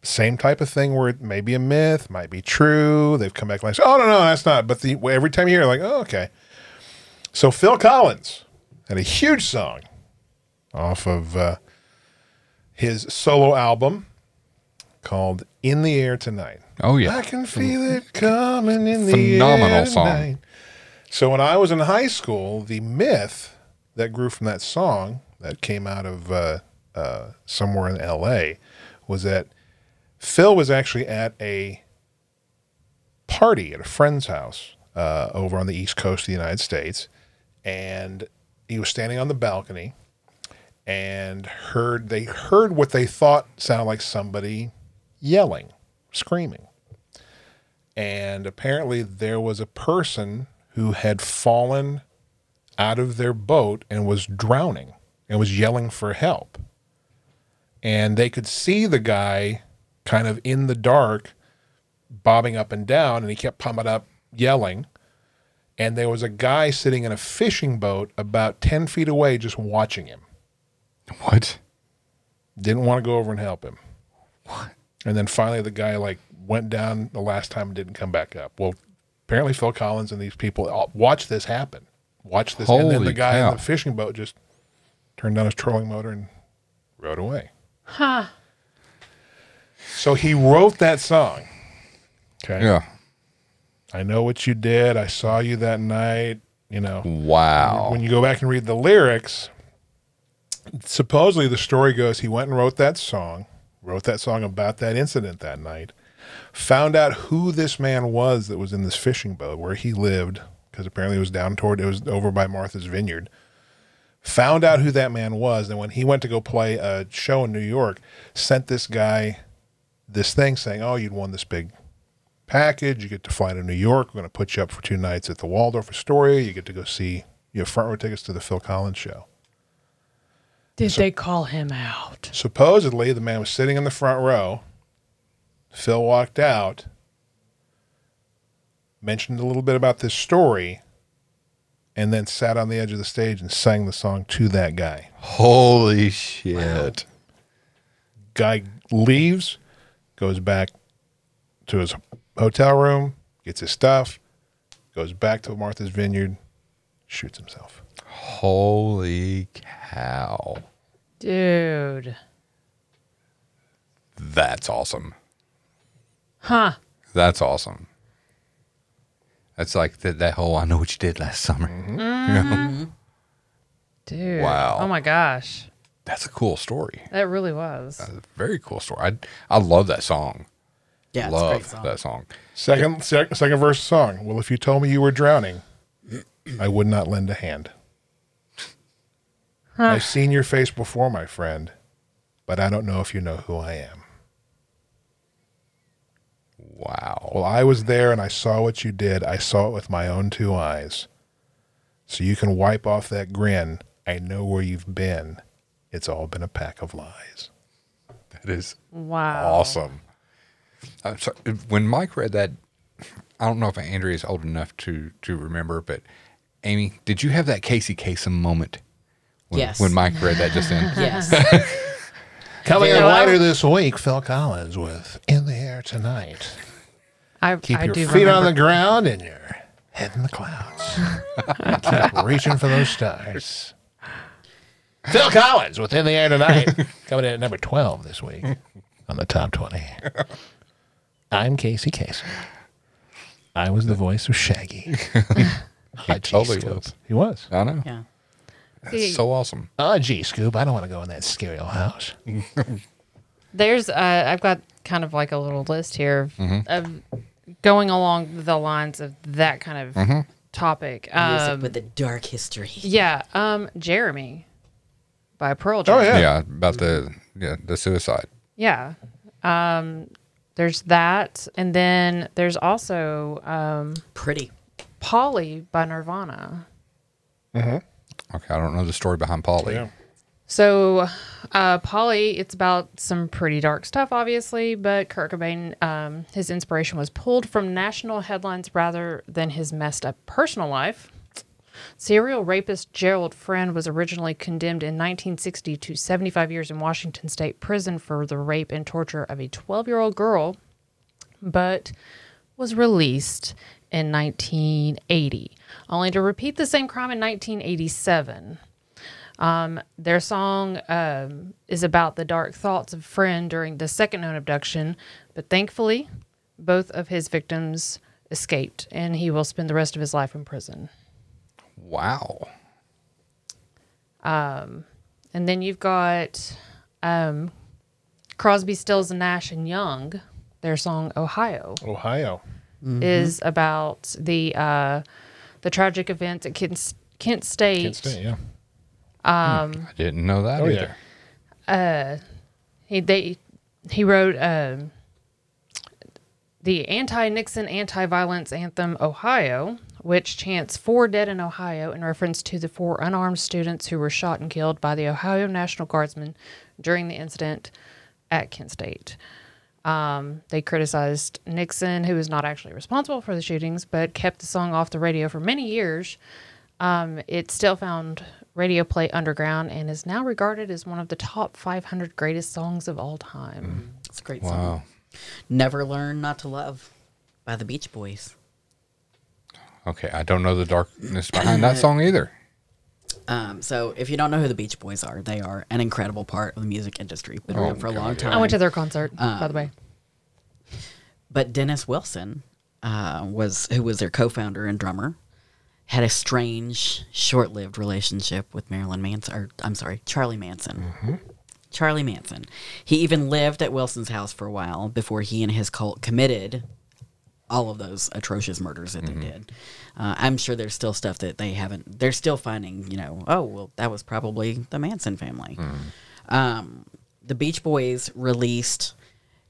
same type of thing where it may be a myth, might be true. They've come back like, oh, no, no, that's not. But the every time you hear it, like, oh, okay. So Phil Collins had a huge song off of, uh, his solo album called In the Air Tonight. oh yeah. I can feel it coming in the Phenomenal air song. tonight. So when I was in high school, the myth that grew from that song that came out of uh, uh, somewhere in L.A. was that Phil was actually at a party at a friend's house uh, over on the east coast of the United States, and he was standing on the balcony and heard they heard what they thought sounded like somebody yelling, screaming and apparently there was a person who had fallen out of their boat and was drowning and was yelling for help. And they could see the guy kind of in the dark bobbing up and down and he kept pumping up yelling and there was a guy sitting in a fishing boat about 10 feet away just watching him. What? Didn't want to go over and help him. And then finally, the guy like went down the last time and didn't come back up. Well, apparently, Phil Collins and these people all- watched this happen. Watch this. and then Holy the guy cow. in the fishing boat just turned on his trolling motor and rode away. Huh. So he wrote that song. Okay. Yeah. I know what you did. I saw you that night. You know, Wow. when you go back and read the lyrics, supposedly the story goes he went and wrote that song, wrote that song about that incident that night, found out who this man was that was in this fishing boat where he lived, because apparently it was down toward, it was over by Martha's Vineyard. Found out who that man was. And when he went to go play a show in New York, sent this guy this thing saying, Oh, you'd won this big package. You get to fly to New York. We're going to put you up for two nights at the Waldorf Astoria. You get to go see you have front row tickets to the Phil Collins show. Did they call him out? Supposedly, the man was sitting in the front row. Phil walked out, mentioned a little bit about this story, and then sat on the edge of the stage and sang the song to that guy. Holy shit. Guy leaves, goes back to his hotel room, gets his stuff, goes back to Martha's Vineyard, shoots himself. Holy cow. Dude. That's awesome. Huh. That's awesome. That's like that, that whole I know what you did last summer. You know? Dude. Wow. Oh my gosh. That's a cool story. That really was. Very cool story. I I love that song. Yeah, it's a love great song. that song. Second, sec, second verse of the song. Well, if you told me you were drowning, I would not lend a hand. I've seen your face before, my friend, but I don't know if you know who I am. Wow. Well, I was there and I saw what you did. I saw it with my own two eyes. So you can wipe off that grin. I know where you've been. It's all been a pack of lies. That is Wow. awesome. I'm sorry, when Mike read that, I don't know if Andrea is old enough to to remember, but Amy, did you have that Casey Kasem moment? When, Yes. When Mike read that just <laughs> then. <laughs> <laughs> Yes. Coming Yeah, in well- later this week, Phil Collins with In the Air Tonight. I, Keep I your do feet remember. on the ground and your head in <laughs> the clouds. Keep reaching for those stars. Phil Collins with In the <laughs> Air Tonight, coming in at number 12 this week on the top 20. I'm Casey Kasem. I was the voice <laughs> of Shaggy. he totally was. He was. I know. yeah. See, That's so awesome. Oh, gee, Scoop, I don't want to go in that scary old house. there's uh, I've got kind of like a little list here of, Mm-hmm. of going along the lines of that kind of Mm-hmm. topic. Um, Music with a dark history. yeah. Um, Jeremy by Pearl Jam. Oh, yeah. yeah about the yeah the suicide. Yeah. Um, there's that, and then there's also um, Pretty. Polly by Nirvana. Okay, I don't know the story behind Polly. Yeah. So, uh, Polly, it's about some pretty dark stuff, obviously, but Kurt Cobain, um, his inspiration was pulled from national headlines rather than his messed up personal life. Serial rapist Gerald Friend was originally condemned in 1960 to 75 years in Washington state prison for the rape and torture of a 12 year old girl, but was released in 1980, only to repeat the same crime in 1987. Their song um, is about the dark thoughts of friend during the second known abduction, but thankfully, both of his victims escaped, and he will spend the rest of his life in prison. Wow. And then you've got um, Crosby, Stills, Nash and Young. Their song "Ohio" Ohio. is about the uh, the tragic events at Kent, Kent State. Kent State, yeah. I didn't know that Oh, either. yeah. He they he wrote um, the anti-Nixon, anti-violence anthem "Ohio," which chants four dead in Ohio" in reference to the four unarmed students who were shot and killed by the Ohio National Guardsmen during the incident at Kent State. Um, they criticized Nixon, who was not actually responsible for the shootings, but kept the song off the radio for many years. Um, it still found radio play underground and is now regarded as one of the top 500 greatest songs of all Mm-hmm. time. It's a great song. Wow. Never Learn Not to Love by the Beach Boys. Okay, I don't know the darkness behind <laughs> that song either. Um, so if you don't know who the Beach Boys are, they are an incredible part of the music industry. Been Oh, around for a long time. I went to their concert, by Um, the way. but Dennis Wilson uh, was who was their co-founder and drummer had a strange short-lived relationship with Marilyn Manson or I'm sorry Charlie Manson Charlie Manson he even lived at Wilson's house for a while before he and his cult committed all of those atrocious murders that they did uh, I'm sure there's still stuff that they haven't they're still finding you know oh well that was probably the Manson family um, the Beach Boys released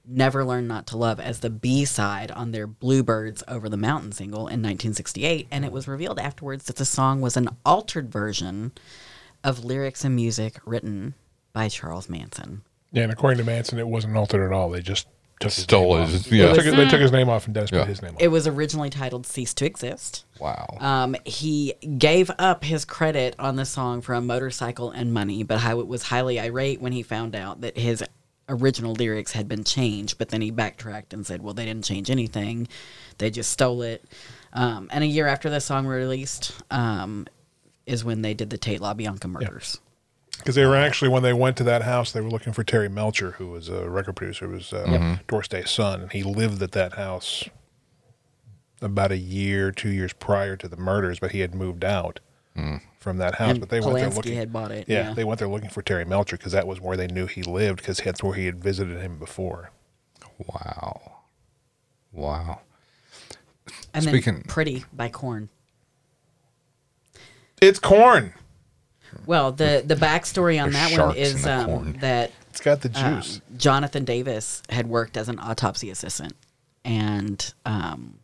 Never Learn Not to Love as the B side on their Bluebirds Over the Mountain single in 1968. And it was revealed afterwards that the song was an altered version of lyrics and music written by Charles Manson. Yeah, and according to Manson, it wasn't altered at all. They just took his Stole name his- off. yeah. Mm. They, took, they took his name off and Dennis Yeah. put his name off. It was originally titled Cease to Exist. Wow. Um, he gave up his credit on the song for a motorcycle and money, but I was highly irate when he found out that his original lyrics had been changed. But then he backtracked and said, "Well, they didn't change anything; they just stole it." Um, and a year after the song released, um, is when they did the Tate LaBianca murders. Because they were actually, when they went to that house, they were looking for Terry Melcher, who was a record producer, who was uh, Mm-hmm. Doris Day's son, and he lived at that house about a year, two years prior to the murders, but he had moved out Mm. from that house. And but they went there Polanski looking. had bought it. yeah, Yeah, they went there looking for Terry Melcher because that was where they knew he lived, because that's where he had visited him before. Wow. Wow. and Speaking- then "Pretty" by Korn. It's corn. Well, the the backstory on There's that sharks one in is the um, corn. that It's got the um, juice. Jonathan Davis had worked as an autopsy assistant, and um,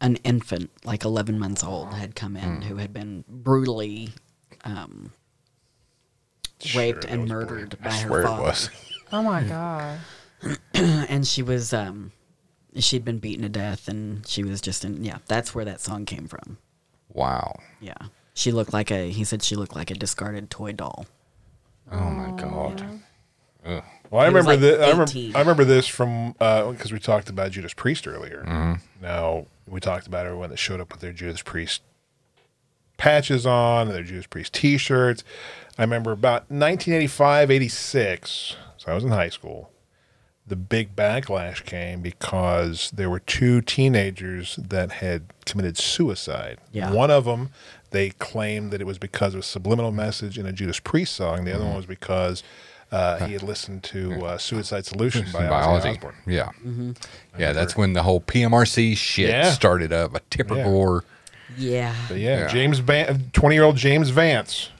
an infant, like 11 months old, had come Hmm. in who had been brutally um, raped and murdered by I her swear it father. was. Oh my God. <laughs> And she was, um, she'd been beaten to death, and she was just in, yeah, that's where that song came from. Wow. Yeah. She looked like a, he said she looked like a discarded toy doll. Oh my god. Well, I He remember was, like, thi- I remember 18. I remember this from because we talked about Judas Priest earlier. Now we talked about everyone that showed up with their Judas Priest patches on, their Judas Priest T-shirts. I remember about 1985, 86. So I was in high school. The big backlash came because there were two teenagers that had committed suicide. Yeah. One of them, they claimed that it was because of a subliminal message in a Judas Priest song. The other one was because uh, he had listened to uh, Suicide Solution by Ozzy Biology. Osbourne. Yeah. Yeah, that's when the whole PMRC shit Yeah. started up. A tipper Yeah. gore. Yeah. But yeah, Yeah. James Van, twenty-year-old James Vance,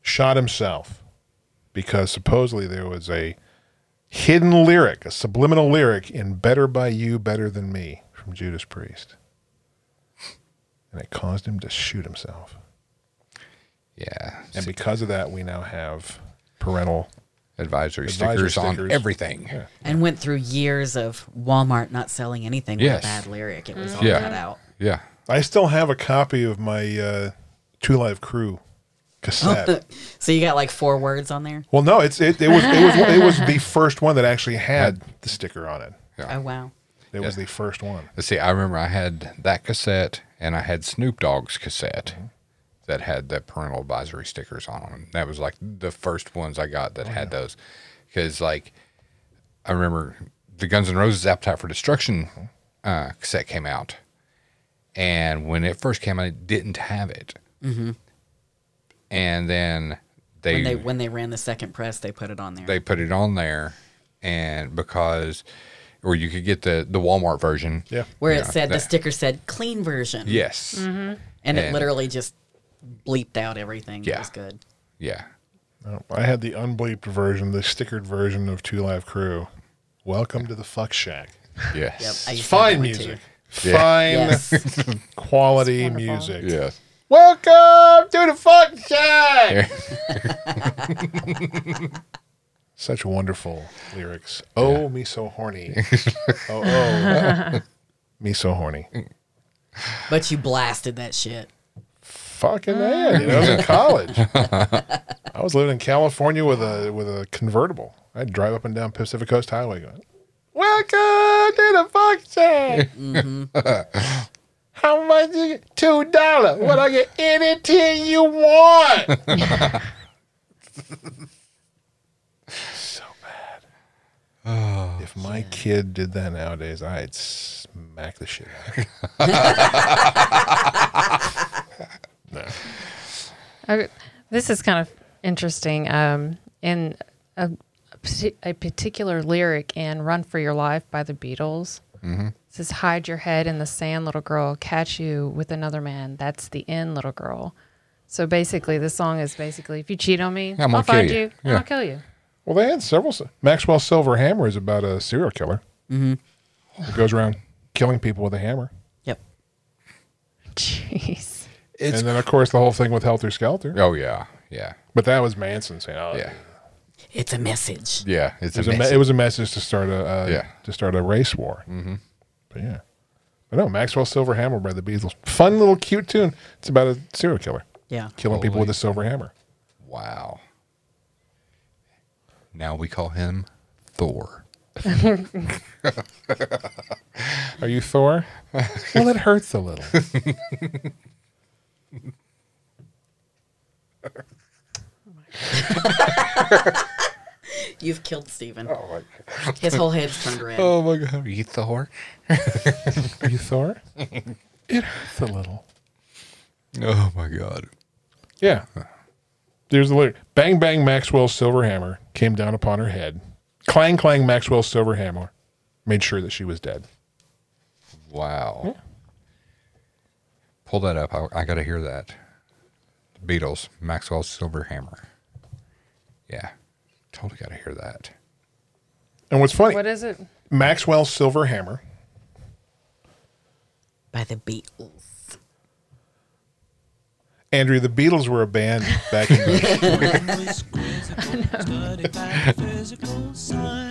shot himself because supposedly there was a hidden lyric, a subliminal lyric in "Better by You, Better Than Me" from Judas Priest, and it caused him to shoot himself. Yeah. And because of that, we now have parental. advisory, Advisory stickers, stickers. on everything. Yeah. And went through years of Walmart not selling anything with Yes. a bad lyric. It was all Yeah. cut out. I still have a copy of my uh, Two Live Crew cassette. So you got like four words on there. well, no, it's it, it was it was it was the first one that actually had the sticker on it. Oh wow. It was the first one. Let's see, I remember I had that cassette and I had Snoop Dogg's cassette Mm-hmm. that had the parental advisory stickers on them. That was like the first ones I got Oh, that had those. Because, like, I remember the Guns N' Roses Appetite for Destruction Mm-hmm. uh, cassette came out. And when it first came out, it didn't have it. Mm-hmm. And then they. When they when they ran the second press, they put it on there. they put it on there and because or you could get the the Walmart version. Yeah. where Yeah, it said the that- sticker said clean version. Yes. Mm-hmm. And it and- literally just bleeped out everything. It Yeah. was good. Yeah. No, I had the unbleeped version, the stickered version of Two Live Crew. Welcome to the Fuck Shack. Yes. I used to have that Fine one, too. music. Fine Yes. <laughs> quality It's wonderful. music. Yes. Welcome to the Fuck Shack. <laughs> Such wonderful lyrics. Oh, me so horny. oh, <laughs> oh, me so horny. But you blasted that shit. Fucking man, dude, I was in college. I was living in California with a with a convertible. I'd drive up and down Pacific Coast Highway going, "Welcome to the function. How much? You get? Two dollar. What I get? Anything you want." so bad. if my kid did that nowadays, I'd smack the shit out. of him. Okay, this is kind of interesting. Um, in a, parti- a particular lyric in "Run for Your Life" by the Beatles, Mm-hmm. it says, "Hide your head in the sand, little girl. Catch you with another man. That's the end, little girl." So basically, this song is basically, if you cheat on me, I'm I'll gonna kill find you. you. Yeah. I'll kill you. <laughs> Well, they had several. Maxwell Silver Hammer is about a serial killer Mm-hmm. who goes around killing people with a hammer. Yep. Jeez. It's and then, of course, the whole thing with Helter Skelter. oh yeah, yeah, But that was Manson saying, "Oh, yeah, It's a message. yeah. It's It was, a me- amazing. it was a message to start a uh, Yeah. to start a race war." Mm-hmm. But yeah, but no, Maxwell Silver Hammer by the Beatles. Fun little cute tune. It's about a serial killer Yeah. killing people Holy with a silver hammer. wow. Now we call him Thor. Are you <laughs> Thor? well, it hurts a little. You've killed Steven. Oh, His whole head's turned red. my god, are you Thor? Are <laughs> you Thor? it hurts a little. Oh my god. Yeah. There's the lyric. Bang bang Maxwell's silver hammer came down upon her head. Clang clang Maxwell's silver hammer made sure that she was dead. Wow. Pull that up. I, I got to hear that. The Beatles, Maxwell Silverhammer. Yeah. Totally got to hear that. And what's funny, What is it? Maxwell's silver hammer By the Beatles. Andrew, the Beatles were a band back in the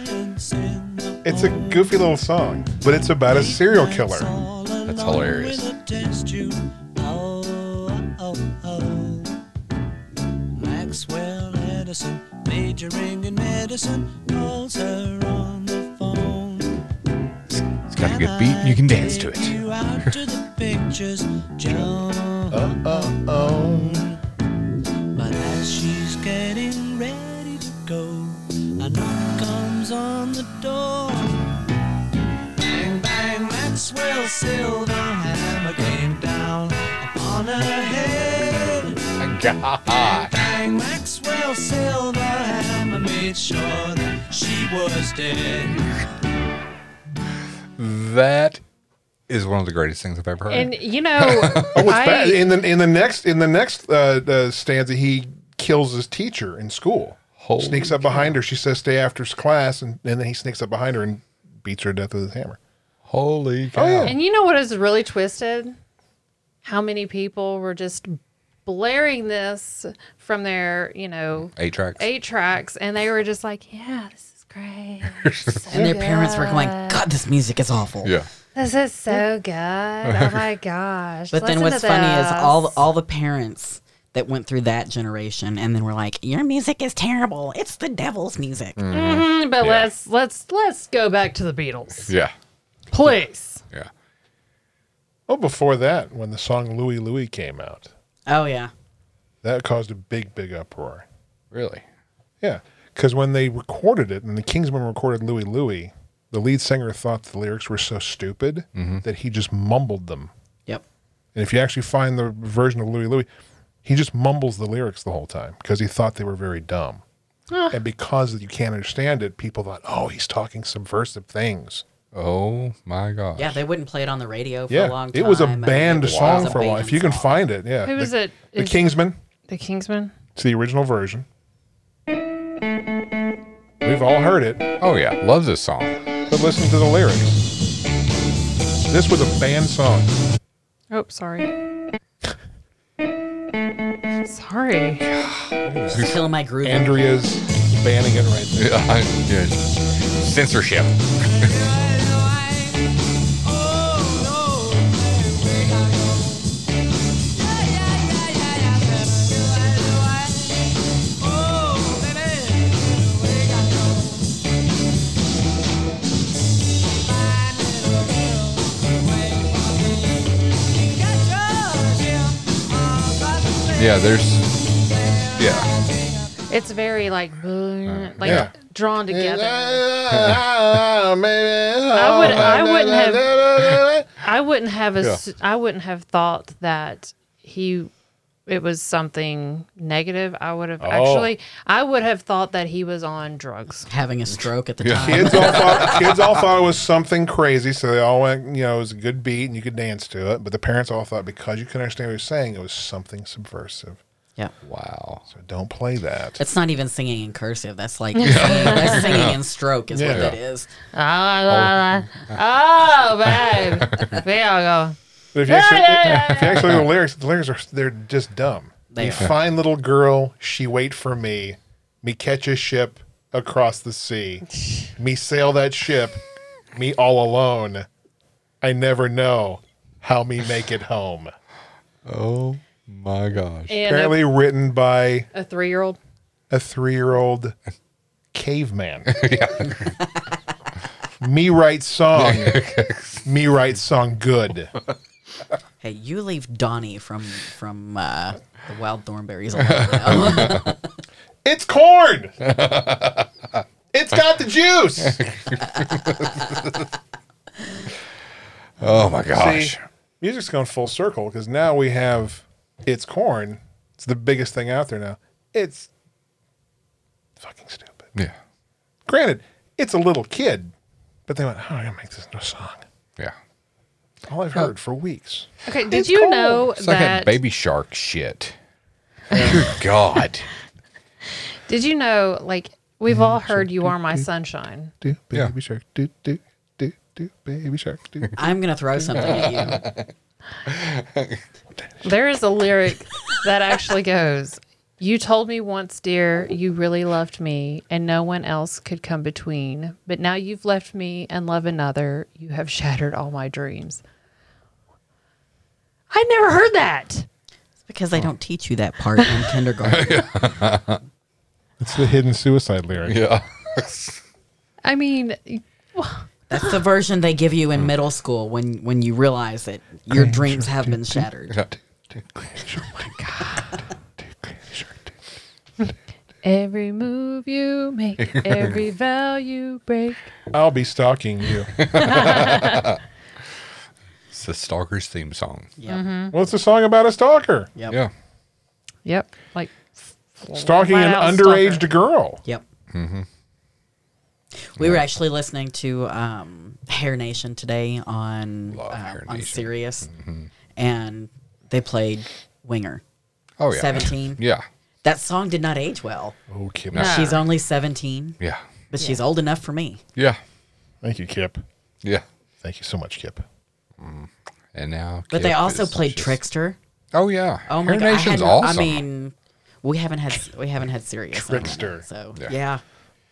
It's a goofy little song, but it's about a serial killer. That's hilarious. oh, Maxwell Edison, majoring in medicine, calls her on the phone. It's got a good beat. You can dance to it. You out to the pictures, John. But as she's getting ready to go, a knock comes on the door. Bang, bang, Maxwell Silver hammer came down upon her head. Bang, Maxwell Silver hammer made sure that she was dead. That is one of the greatest things I've ever heard. And you <laughs> know, Oh, what's I- bad? In the in the next in the next uh, uh, stanza, he kills his teacher in school. Holy sneaks up behind her. She says, "Stay after class," and, and then he sneaks up behind her and beats her to death with his hammer. Holy cow. And you know what is really twisted? How many people were just blaring this from their, you know, Eight tracks. eight tracks, and they were just like, "Yeah, this is <laughs> great. And their parents were going, God, this music is awful. Yeah. This is so <laughs> good. Oh my gosh!" But then Listen to what's funny is all this." all the parents that went through that generation and then were like, Your music is terrible. It's the devil's music. Mm, but Yeah. let's let's let's go back to the Beatles, Yeah. please. Yeah. Oh, before that, when the song "Louie Louie" came out, Oh yeah. that caused a big, big uproar. Really? Yeah, because when they recorded it, and the Kingsmen recorded "Louie Louie," the lead singer thought the lyrics were so stupid Mm-hmm. that he just mumbled them. Yep. And if you actually find the version of Louie Louie, he just mumbles the lyrics the whole time because he thought they were very dumb. Ah. And because you can't understand it, people thought, "Oh, he's talking subversive things." Oh my gosh. Yeah, they wouldn't play it on the radio for yeah, a long time. it was a and banned it song was a for a while. banned If you can song. find it, yeah. Who the, is it? The Is- Kingsmen. The Kingsmen. It's the original version. We've all heard it. Oh yeah. Love this song. <laughs> but listen to the lyrics. This was a band song. Oh, sorry. <laughs> sorry. Still in my groove. Andrea's banning it right there. Yeah, Censorship. Yeah, there's. Yeah. It's very like bleh, like Yeah. drawn together. Ah, <laughs> maybe. I would I wouldn't have have. I wouldn't have ass- I wouldn't have thought that he it was something negative. I would Oh. have actually I would have thought that he was on drugs. Having a stroke at the Yeah. time. <laughs> Kids all, thought, kids all thought it was something crazy, so they all went, you know, it was a good beat and you could dance to it. But the parents all thought because you couldn't understand what he was saying, it was something subversive. Yeah. Wow. So don't play that. It's not even singing in cursive. That's like that's singing in stroke is what Yeah. that is. Oh, <laughs> oh babe. we all go. But if you actually, <laughs> if you actually look at the lyrics, the lyrics are they're just dumb. They you are. fine little girl, she wait for me. Me catch a ship across the sea. me sail that ship. Me all alone. I never know how me make it home. Oh my gosh. And Apparently written by a, a three year old. a three-year-old <laughs> caveman. me write <laughs> song. me write song good. Hey, you leave Donnie from from uh, the wild thornberries <laughs> alone. now. It's <laughs> corn. it's got the juice. Oh my gosh. See, <laughs> music's gone full circle because now we have it's corn. It's the biggest thing out there now. It's fucking stupid. Yeah. Granted, it's a little kid, but they went, "How am I gonna make this into a song?" Yeah. All I've heard for weeks. Okay, did you know It's like that that baby shark shit. <laughs> Good God. Did you know like Mm, we've all heard you are my sunshine. Do baby Yeah. shark, do do do do baby shark, do. I'm gonna throw something at you. There is a lyric that actually goes, You told me once, dear, you really loved me, and no one else could come between. But now you've left me and love another. You have shattered all my dreams. I never heard that. It's because they don't teach you that part in kindergarten. <laughs> It's the hidden suicide lyric. <laughs> Yeah. <laughs> I mean, That's the version they give Mm. you in middle school when when you realize that <laughs> your dreams have been shattered. Oh every move you make, <laughs> every vow you break. I'll be stalking <laughs> you. It's the Stalker's theme song. Yep. well, it's a song about a stalker Yep. Yeah. Yep. Like, stalking Flat an out underage stalker. girl. Yep. Mm-hmm. We were actually listening to um, Hair Nation today on Love uh, Hair on Nation. Mm-hmm. Sirius, and they played Winger. Oh yeah. 17. Yeah. That song did not age well. Oh, Kip. No. She's only 17, Yeah. but she's old enough for me. Yeah. Thank you, Kip. Yeah. Thank you so much, Kip. And now. But they Kip also is played just- Trickster. Oh yeah. Oh my Hair god! I, Nation's hadn't- awesome. I mean, we haven't had we haven't had Sirius in a minute, Trickster. so Yeah. yeah.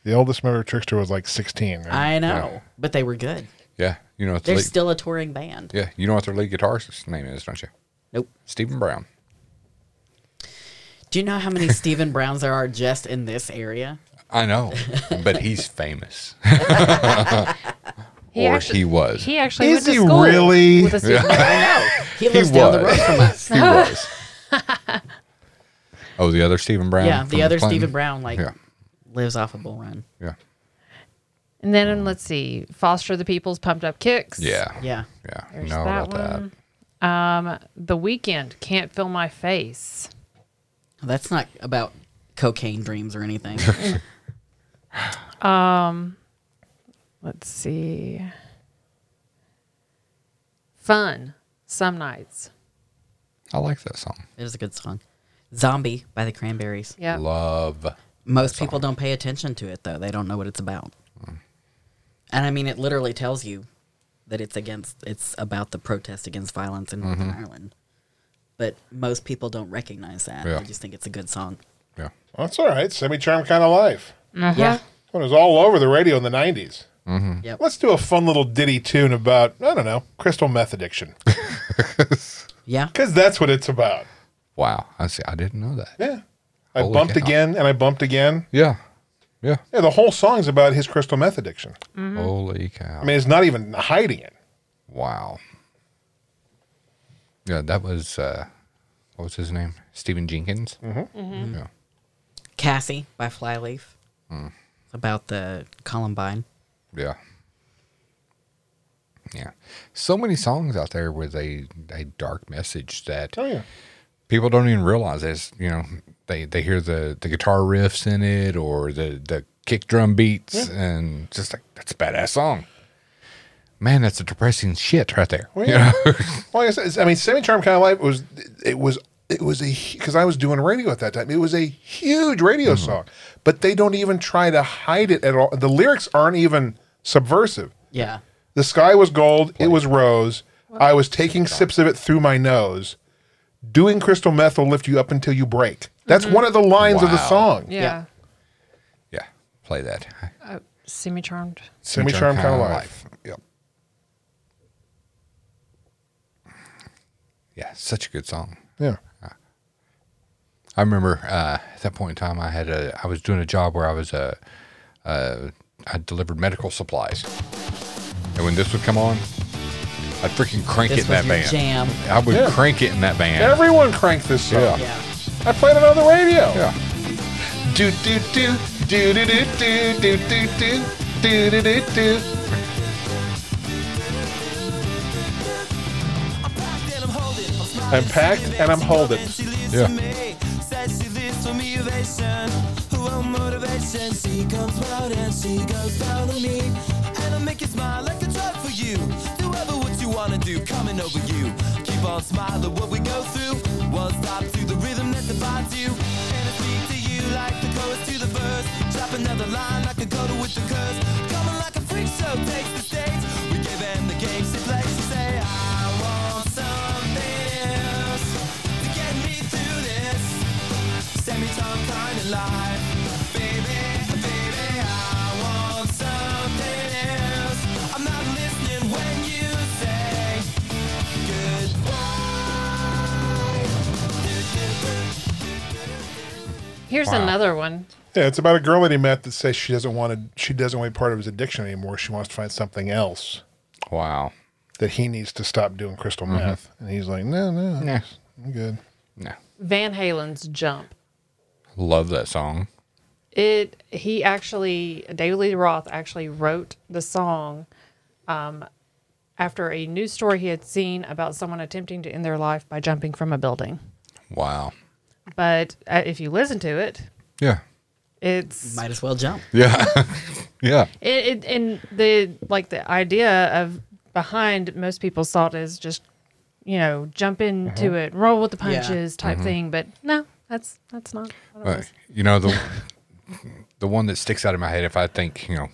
The oldest member of Trickster was like 16. right? I know, but they were good. yeah. You know what the They're lead, still a touring band. Yeah. You know what their lead guitarist's name is, don't you? Nope. Stephen Brown. Do you know <laughs> how many Stephen Browns there are just in this area? I know, <laughs> but he's famous, he or actually, he was. he actually Is went to he school <laughs> really? with a student. He lives down the road was. from us. he <laughs> was. Oh, the other Stephen <laughs> Brown. yeah, from the other Clinton? Stephen Brown like Yeah. lives off of Bull Run. Yeah. And then let's see, Foster the People's Pumped Up Kicks. Yeah. Yeah, Yeah. There's know that about that. one. Um, The Weekend can't fill my face. that's not about cocaine dreams <laughs> or anything. Let's see. Fun some nights. I like that song. it is a good song. Zombie by the Cranberries. Yeah. Love. Most people don't pay attention to it though; they don't know what it's about. Hmm. And I mean, it literally tells you that it's against it's about the protest against violence in Northern Mm-hmm. Ireland. But most people don't recognize that. Yeah. They just think it's a good song. Yeah. That's all right. Semi charm kind of life. Uh-huh. Yeah. When it was all over the radio in the 90s. Yep. Let's do a fun little ditty tune about, I don't know, crystal meth addiction. Yeah. Because that's what it's about. Wow. I see. I didn't know that. Yeah. I Holy bumped cow. again and I bumped again. Yeah. Yeah. Yeah, the whole song's about his crystal meth addiction. Mm-hmm. Holy cow. I mean, it's not even hiding it. wow. Yeah, that was, uh, what was his name? Stephen Jenkins? Mm-hmm. Yeah. Cassie by Flyleaf. Hmm. About the Columbine. Yeah. Yeah. So many songs out there with a, a dark message that Oh, yeah. people don't even realize this. You know, they, they hear the, the guitar riffs in it or the, the kick drum beats and just like, that's a badass song. Man, that's a depressing shit right there. Well, You yeah. know? Well, I, guess it's- I mean, semi charm kind of life was it was it was a because I was doing radio at that time. It was a huge radio song, but they don't even try to hide it at all. The lyrics aren't even subversive. Yeah. The sky was gold. It was rose. I was taking sips of it through my nose. Doing crystal meth will lift you up until you break. That's one of the lines of the Wow. song. Yeah. Yeah. yeah. Play that. Semi charmed. Semi charm kind of life. Yep. Yeah, such a good song. Yeah. I remember uh, at that point in time, I had a I was doing a job where I was a uh, I delivered medical supplies, and when this would come on, I'd freaking crank This it in that was your band. jam. I would Yeah. crank it in that band. Everyone cranked this song. Yeah. Yeah. I played it on the radio. yeah. Do do do do do do do do do do do do do do. I'm packed and I'm holding. Yeah. Here's another one. Yeah, it's about a girl that he met that says she doesn't want to. She doesn't want to be part of his addiction anymore. She wants to find something else Wow. that he needs to stop doing crystal meth. And he's like, No, no, Mm-hmm. Nah. I'm good. No. Van Halen's Jump. Love that song. It he actually David Lee Roth actually wrote the song um, after a news story he had seen about someone attempting to end their life by jumping from a building. Wow. But uh, if you listen to it, Yeah. it's Might as well jump. Yeah. yeah. it, it and the like the idea of behind most people's thought is just you know jump into it, roll with the punches type thing. But no, that's that's not. What it But, was. you know the the one that sticks out in my head if I think you know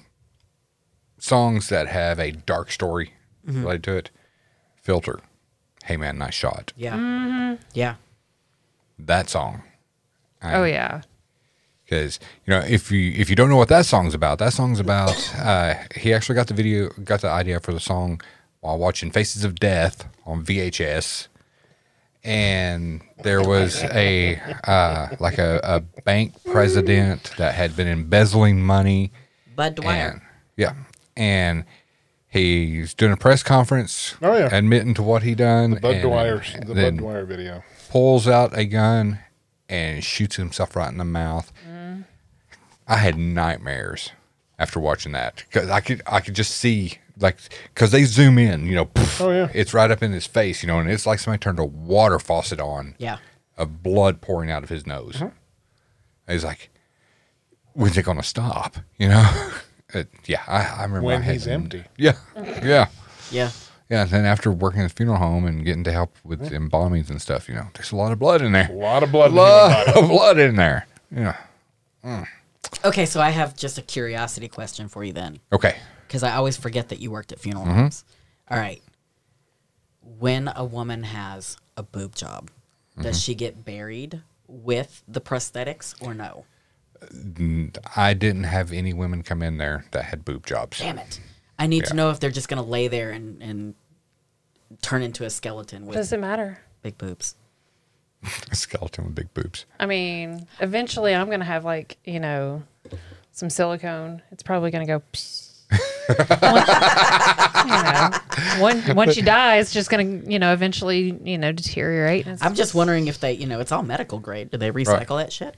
songs that have a dark story related to it. Filter, hey man, nice shot. Yeah. Yeah. That song, Oh yeah, because you know if you if you don't know what that song's about, that song's about. Uh, he actually got the video, got the idea for the song while watching Faces of Death on VHS, and there was a uh, like a, a bank president that had been embezzling money. Bud Dwyer. And, yeah. And he's doing a press conference. Oh, yeah. Admitting to what he done. Bud and Dwyer, the then Bud Dwyer video. pulls out a gun and shoots himself right in the mouth. I had nightmares after watching that because I could I could just see like because they zoom in, you know, poof, Oh, yeah. it's right up in his face, you know, and it's like somebody turned a water faucet on Yeah. of blood pouring out of his nose. He's like, when's it going to stop? You know? <laughs> It, yeah, I, I remember. When I had- he's empty. Yeah, yeah. Yeah. Yeah, and then after working at the funeral home and getting to help with embalmings and stuff, you know, there's a lot of blood in there. A lot of blood. A in the human lot body. of blood in there. Yeah. Okay, so I have just a curiosity question for you then, Okay. because I always forget that you worked at funeral homes. All right. When a woman has a boob job, does she get buried with the prosthetics or no? I didn't have any women come in there that had boob jobs. Damn it. I need to know if they're just going to lay there and, and turn into a skeleton with Does it matter? big boobs. A <laughs> skeleton with big boobs. I mean, eventually I'm gonna have like you know some silicone. It's probably gonna go. Psst. <laughs> once, you know, one, once you die, it's just gonna you know eventually you know deteriorate. And it's- I'm just wondering if they, you know, it's all medical grade. Do they recycle that shit?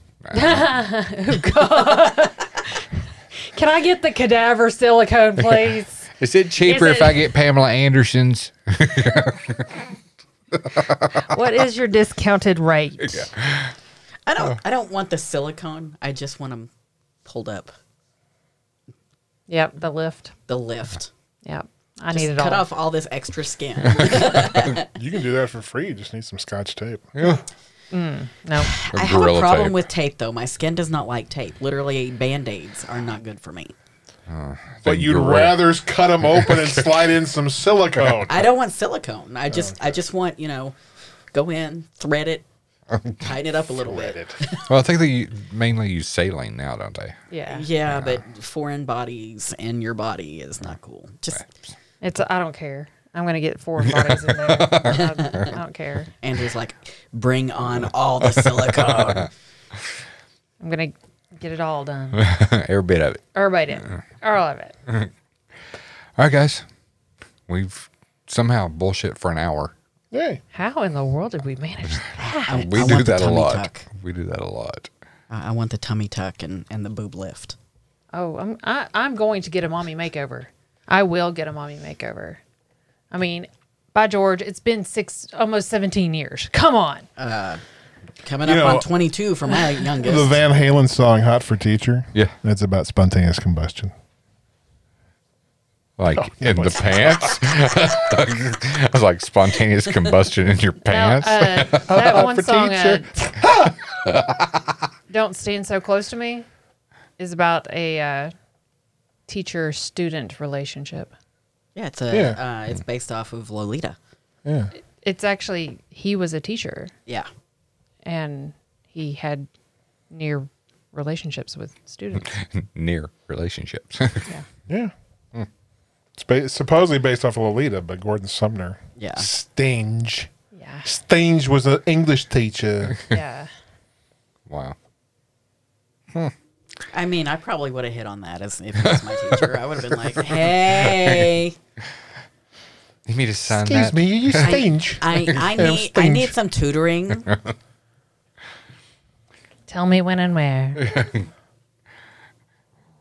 Can I get the cadaver silicone, please? Is it cheaper Is if I it- get Pamela Anderson's? what is your discounted rate? I don't. I don't want the silicone. I just want them pulled up. Yep, the lift. The lift. Yep, I Just need it cut all. off all this extra skin. You can do that for free. You just need some scotch tape. No, <sighs> I have a Gorilla problem tape. with tape though. My skin does not like tape. Literally, band aids are not good for me. But you'd gorilla. rather cut them <laughs> open and slide in some silicone. I don't want silicone. I just. I just want you know, go in, thread <laughs> it, tighten it up a little bit. Well, I think they u- mainly use saline now, don't they? <laughs> yeah, Yeah, but foreign bodies and your body is not cool. Just it's. I don't care. I'm gonna get foreign bodies in there. I, I don't care. Andrew's like, bring on all <laughs> the silicone. I'm gonna get it all done. Every bit of it. Everybody did. All of it. All right, guys. We've somehow bullshit for an hour. Hey, How in the world did we manage that? I- We I do want the that a tummy lot. tuck. We do that a lot. I I want the tummy tuck and, and the boob lift. Oh, I'm I, I'm going to get a mommy makeover. I will get a mommy makeover. I mean, by George, it's been six, almost seventeen years. Come on, Coming You up know- on 22 for my <laughs> youngest. the Van Halen song "Hot for Teacher." Yeah. that's about spontaneous combustion. Like Oh, in the <laughs> pants. <laughs> I was like spontaneous combustion in your now, pants. uh, <laughs> that one for song. Uh, teacher. <laughs> Don't stand so close to me is about a uh, teacher-student relationship. yeah, it's a Yeah. Uh, it's based off of Lolita. Yeah, It's actually he was a teacher Yeah. and he had near relationships with students. Near relationships. <laughs> yeah. Hmm. It's ba- supposedly based off of Lolita, but Gordon Sumner. Yeah. Stange. Yeah, Stange was an English teacher. yeah. wow. I mean, I probably would have hit on that as if it was my teacher. I would have been like, <laughs> "Hey, You mean to <laughs> sign Excuse that? me, you use Stange. I, I need I need some tutoring." Tell me when and where.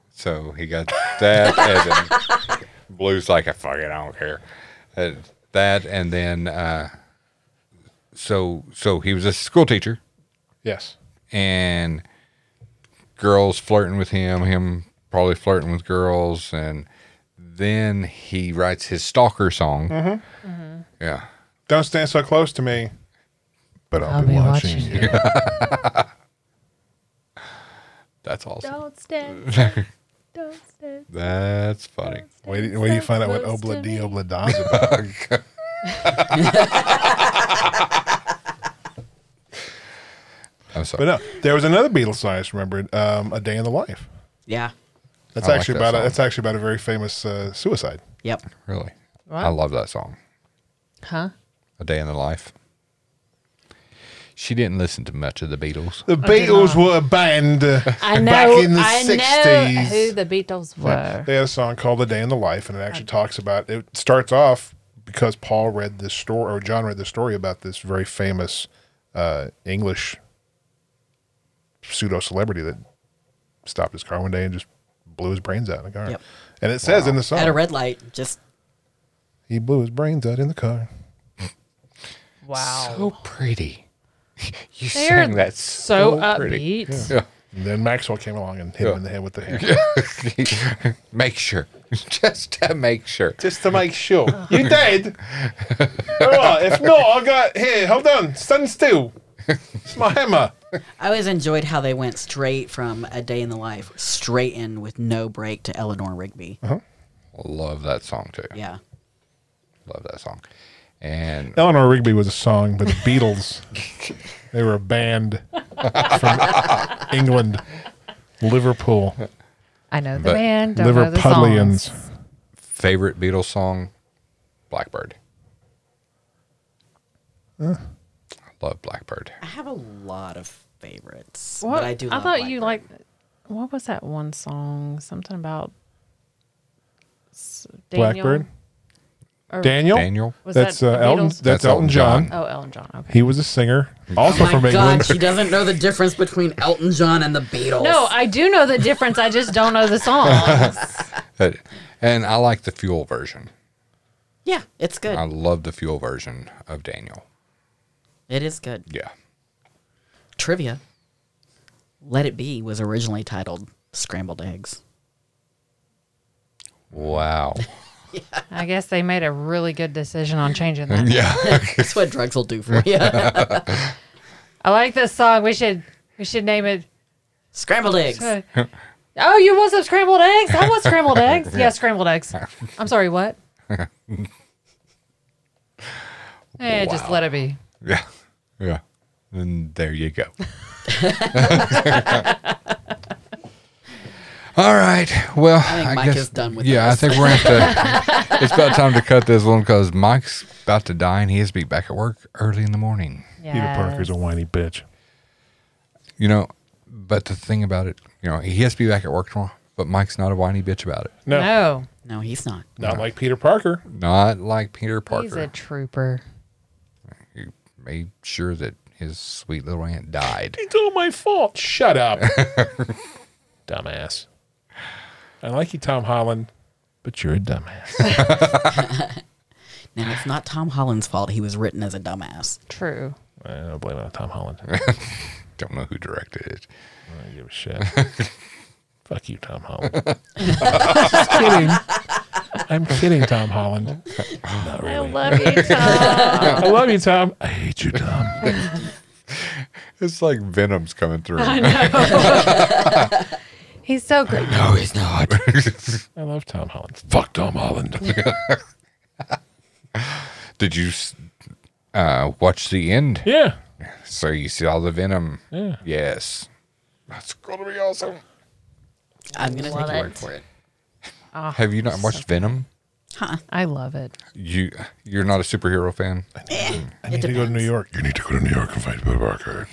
So he got that, and then <laughs> Blue's like, "I fucking I don't care." Uh, that, and then uh, so so he was a school teacher, Yes. and girls flirting with him, him probably flirting with girls, and then he writes his stalker song. Mm-hmm. Yeah, Don't stand so close to me. But I'll, be, watching, you. that's awesome. <laughs> Don't stand. Don't stand. That's funny. Wait, till- wait till you find out what Close to Obla D me. Obla Da's about. I'm sorry. But uh, no, there was another Beatles song I just remembered, um, "A Day in the Life." Yeah. That's I like that actually about song. a, that's actually about a very famous uh, suicide. Yep. really, I love that song. Huh? A Day in the Life. She didn't listen to much of the Beatles. The Beatles were a band. uh, I know. Back in the I 60s. know who the Beatles were. They had a song called "The Day in the Life," and it actually talks about. It starts off because Paul read this story, or John read the story about this very famous uh, English pseudo celebrity that stopped his car one day and just blew his brains out in the car. Yep. And it says in the song, At a red light, just he blew his brains out in the car. Wow. So pretty. <laughs> You They're sang that so, so, pretty. upbeat. And then Maxwell came along and hit him in the head with the <laughs> hammer, <laughs> make sure, <laughs> just to make sure. just to make sure you dead. All right, if not, I got here. Hold on, stand still. It's my hammer. I always enjoyed how they went straight from A Day in the Life, straight in with no break to Eleanor Rigby. Love that song too. Yeah. Love that song. And Eleanor Rigby was a song, but the Beatles, they were a band from England. Liverpool. I know the But band. Don't know the Liverpudlians. songs. Favorite Beatles song? Blackbird. I love Blackbird. I have a lot of favorites, What? but I do. I Love thought you Blackbird. like. What was that one song? Something about s- Daniel? Blackbird. Or Daniel. Daniel? Was That's that uh, Elton. Beatles? That's, Elton John. Oh, Elton John. Okay. He was a singer, also Oh my from God, England. she doesn't know the difference between Elton John and the Beatles. No, I do know the difference. I just don't know the songs. <laughs> But- And I like the Fuel version. yeah, it's good. I love the Fuel version of Daniel. it is good. Yeah. Trivia: Let It Be was originally titled Scrambled Eggs. Wow. I guess they made a really good decision on changing <laughs> that. yeah. <laughs> That's what drugs will do for you. <laughs> I like this song. We should we should name it. uh, Scrambled eggs. Oh, you want some scrambled eggs? I want scrambled <laughs> eggs. Yeah, scrambled eggs. I'm sorry, what? Eh, just let it be. Yeah. Yeah. And there you go. <laughs> All right. Well, I think Mike guess, is done with Yeah, I this. think we're going to have <laughs> to. it's about time to cut this one because Mike's about to die and he has to be back at work early in the morning. <laughs> Peter Parker's a Yes. whiny bitch. You know, but the thing about it, you know, he has to be back at work tomorrow, but Mike's not a whiny bitch about it. No, No, No, he's not. not like Peter Parker. Not like Peter he's a Parker, trooper. who made sure that his sweet little aunt died. <laughs> It's all my fault. Shut <laughs> up, dumbass. I like you, Tom Holland, but you're a dumbass. <laughs> Now it's not Tom Holland's fault. He was written as a dumbass. True. I don't blame it on Tom Holland. <laughs> Don't know who directed it. I don't give a shit. Fuck you, Tom <laughs> Holland. Just kidding. I'm kidding, Tom Holland. Not really. love you, Tom. I love you, Tom. I hate you, Tom. It's like Venom's coming through. <laughs> <laughs> he's so great. No, he's not. I love Tom Holland. Fuck Tom Holland. Did you s- uh, watch the end? yeah. So you see all the venom. Yeah. Yes. That's gonna be awesome. I'm gonna take your word for it. Have you not watched Venom? I love it. You you're not a superhero fan. I need to go to New York. You need to go to New York and find Peter Parker.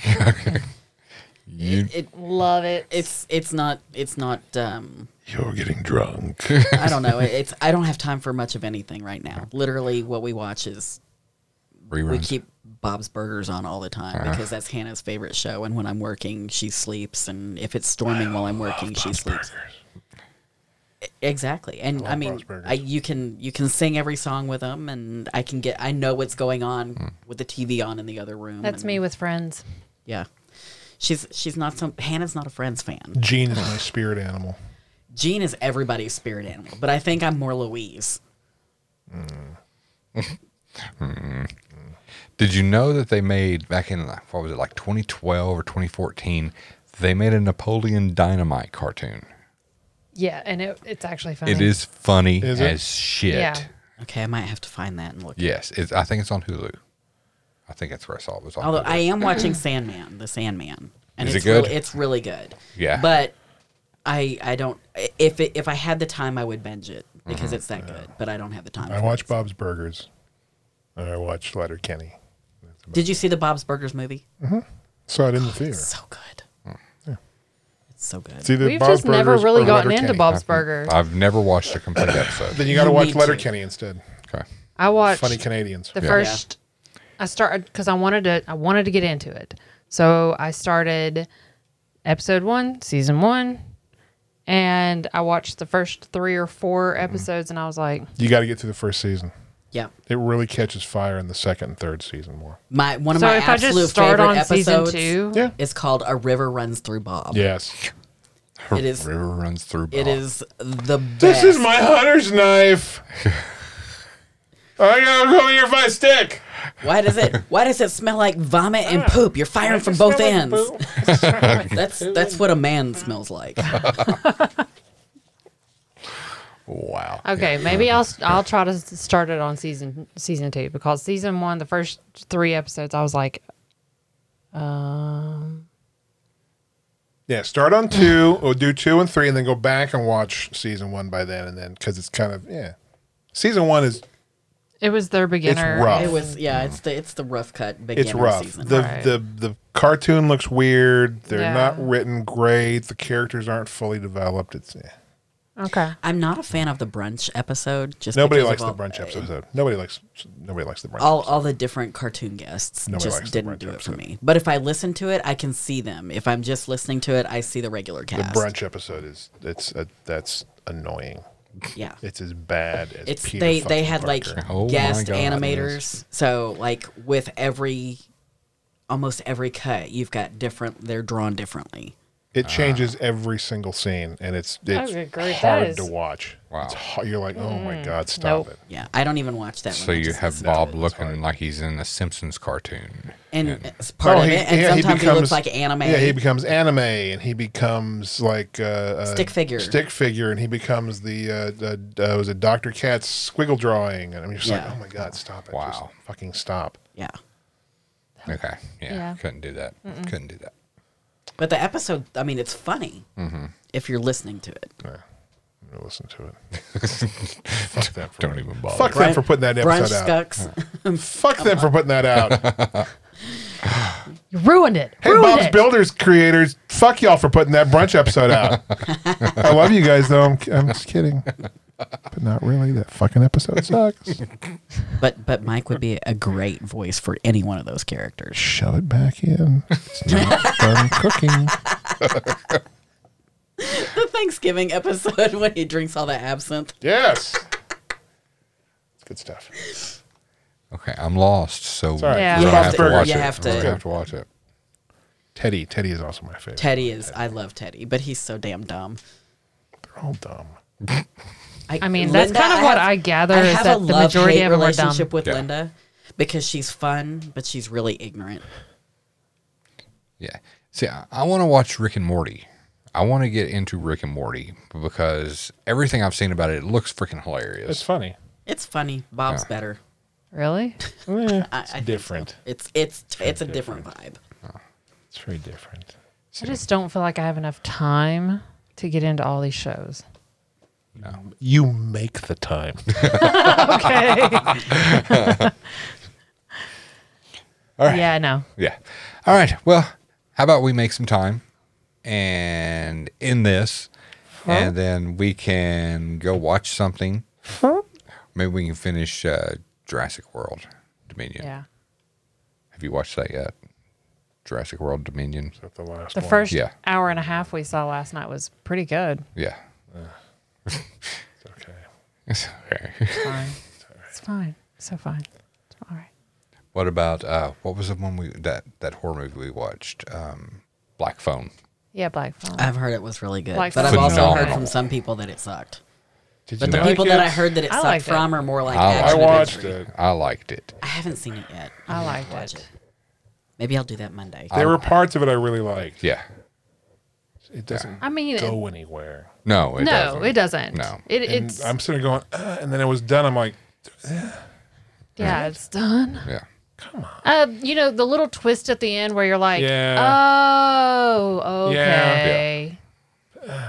You Love it. It's it's not it's not. Um, You're getting drunk. I don't know. It's I don't have time for much of anything right now. Literally, what we watch is we reruns. keep Bob's Burgers on all the time Uh-huh. because that's Hannah's favorite show. And when I'm working, she sleeps. And if it's storming while I'm working, she sleeps. E- Exactly. And I, mean, Bob's Burgers. I, you can you can sing every song with them, and I can get I know what's going on Hmm. with the TV on in the other room. That's and- me with friends. Yeah. She's she's not some Hannah's not a Friends fan. Gene is my spirit animal. Jean is everybody's spirit animal, but I think I'm more Louise. Did you know that they made back in like, what was it like 2012 or 2014? They made a Napoleon Dynamite cartoon. Yeah, and it, it's actually funny. It is funny Is it? as shit. Yeah. Okay, I might have to find that and look. Yes, it's, I think it's on Hulu. I think that's where I saw it was on. Although Hulu. I am watching Sandman, the Sandman, and Is it it's good? Really, it's really good. Yeah. but I I don't if it, if I had the time I would binge it because Mm-hmm. it's that good. But I don't have the time. I for watch it. Bob's Burgers. And I watch Letter Kenny. Did you see the Bob's Burgers movie? Saw it in the theater. So good. It's so good. See the We've just never really gotten into Bob's Burgers. I've never watched a complete episode. Then you got to You watch need Letter to. Kenny instead. Okay. I watched Funny Canadians. the first i started because i wanted to i wanted to get into it so i started episode one season one and i watched the first three or four episodes and i was like You got to get through the first season. Yeah, It really catches fire in the second and third season more. my one of so my if i absolute just start favorite on episodes season two Yeah. is called "A River Runs Through Bob." Yes. It is- River runs through. It Bob. is the best. This is my hunter's knife. <laughs> I gotta go here with my stick. Why does <laughs> it? Why does it smell like vomit and poop? You're firing from both ends. <laughs> That's that's what a man <laughs> smells like. Wow. okay maybe i'll i'll try to s- start it on season season two because season one the first three episodes i was like um Yeah, start on two or do two and three, and then go back and watch season one by then, and then because it's kind of yeah, season one is It was their beginner. rough. It was yeah. It's the it's the rough cut beginner it's rough. season. The Right. the the cartoon looks weird. They're Yeah. not written great. The characters aren't fully developed. It's eh. Okay. I'm not a fan of the brunch episode. Just nobody because of likes the all- uh, brunch episode. Nobody likes nobody likes the brunch. All all the different cartoon guests Nobody likes just the didn't brunch do it episode. for me. But if I listen to it, I can see them. If I'm just listening to it, I see the regular the cast. brunch episode is it's a, that's annoying. yeah. It's as bad as It's Peter they they fucking had like Parker. Oh my guest God, animators. So like with every almost every cut, you've got different. They're drawn differently. it Ah. changes every single scene, and it's it's would agree. That hard is- Mm-hmm. to watch. Wow. It's hard. You're like, oh my god, stop Nope. it. Yeah, I don't even watch that. So one. I you just have listen to Bob it. looking like he's in a Simpsons cartoon. and it's part Oh, of he- it, and yeah, sometimes he, looks like anime. Yeah, he becomes anime, and he becomes like uh, uh, Stick figure. stick figure, and he becomes the uh, the uh, was it Doctor Cat's squiggle drawing, and I'm just Yeah. like, oh my god, stop it! Just Wow. fucking stop. yeah. Okay. Yeah. Yeah. Couldn't do that. Couldn't do that. But the episode, I mean, it's funny Mm-hmm. if you're listening to it. Yeah. I'm gonna listen to <laughs> it. Fuck them for, Don't even bother. fuck them for putting that Brunch episode out. Scucks. Fuck them for putting that <laughs> out. You ruined it. Hey, ruined Bob's it. Builders creators, fuck y'all for putting that brunch episode <laughs> out. I love you guys, though. I'm, I'm just kidding. But not really. That fucking episode sucks. <laughs> but but Mike would be a great voice for any one of those characters. Shove it back in. It's not done <laughs> cooking. The <laughs> Thanksgiving episode <laughs> when he drinks all the absinthe. Yes. It's good stuff. Okay. I'm lost. So all right. Yeah. we're You gonna have have to- to watch you it. have We're gonna to- have to watch it. Teddy. Teddy is also my favorite. Teddy is. I love Teddy, but he's so damn dumb. They're all dumb. I mean, that's kind of what I gather is that the majority of love-hate them are dumb. relationship with Yeah. Linda because she's fun, but she's really ignorant. Yeah. See, I, I want to watch Rick and Morty. I want to get into Rick and Morty because everything I've seen about it, it looks freaking hilarious. It's funny. It's funny. Bob's better. Really? Yeah, I, Eh, it's I think so. different. It's it's it's a different vibe. It's very different. I just don't feel like I have enough time to get into all these shows. You make the <laughs> time. <laughs> Okay. Yeah, no. Yeah. All right. Well, how about we make some time and end this, and then we can go watch something. Maybe we can finish uh, Jurassic World Dominion. Yeah. Have you watched that yet? Jurassic World Dominion. the last The one. first Yeah. hour and a half we saw last night was pretty good. Yeah. Uh, <laughs> Okay. It's okay. <laughs> It's fine. It's fine. So fine. It's All right. What about uh, what was the one we that that horror movie we watched? Um, Black Phone. Yeah, Black Phone. Ah, I've heard it was really good, Like but I've also heard Phenomenal. from some people that it sucked. Did But you the like people that it? I heard that it I sucked liked it. from are more like I I action watched adventure. it. I liked it. I haven't seen it yet. I I'm gonna liked watch it. Maybe I'll do that Monday. There were parts of it I really liked. Yeah. It doesn't I mean, it- go anywhere. No. It no, doesn't. it doesn't. No. It, And it's I'm sitting going, uh, and then it was done. I'm like, yeah, it's done. Yeah. Uh, you know the little twist at the end where you're like, Yeah. oh, Yeah. okay.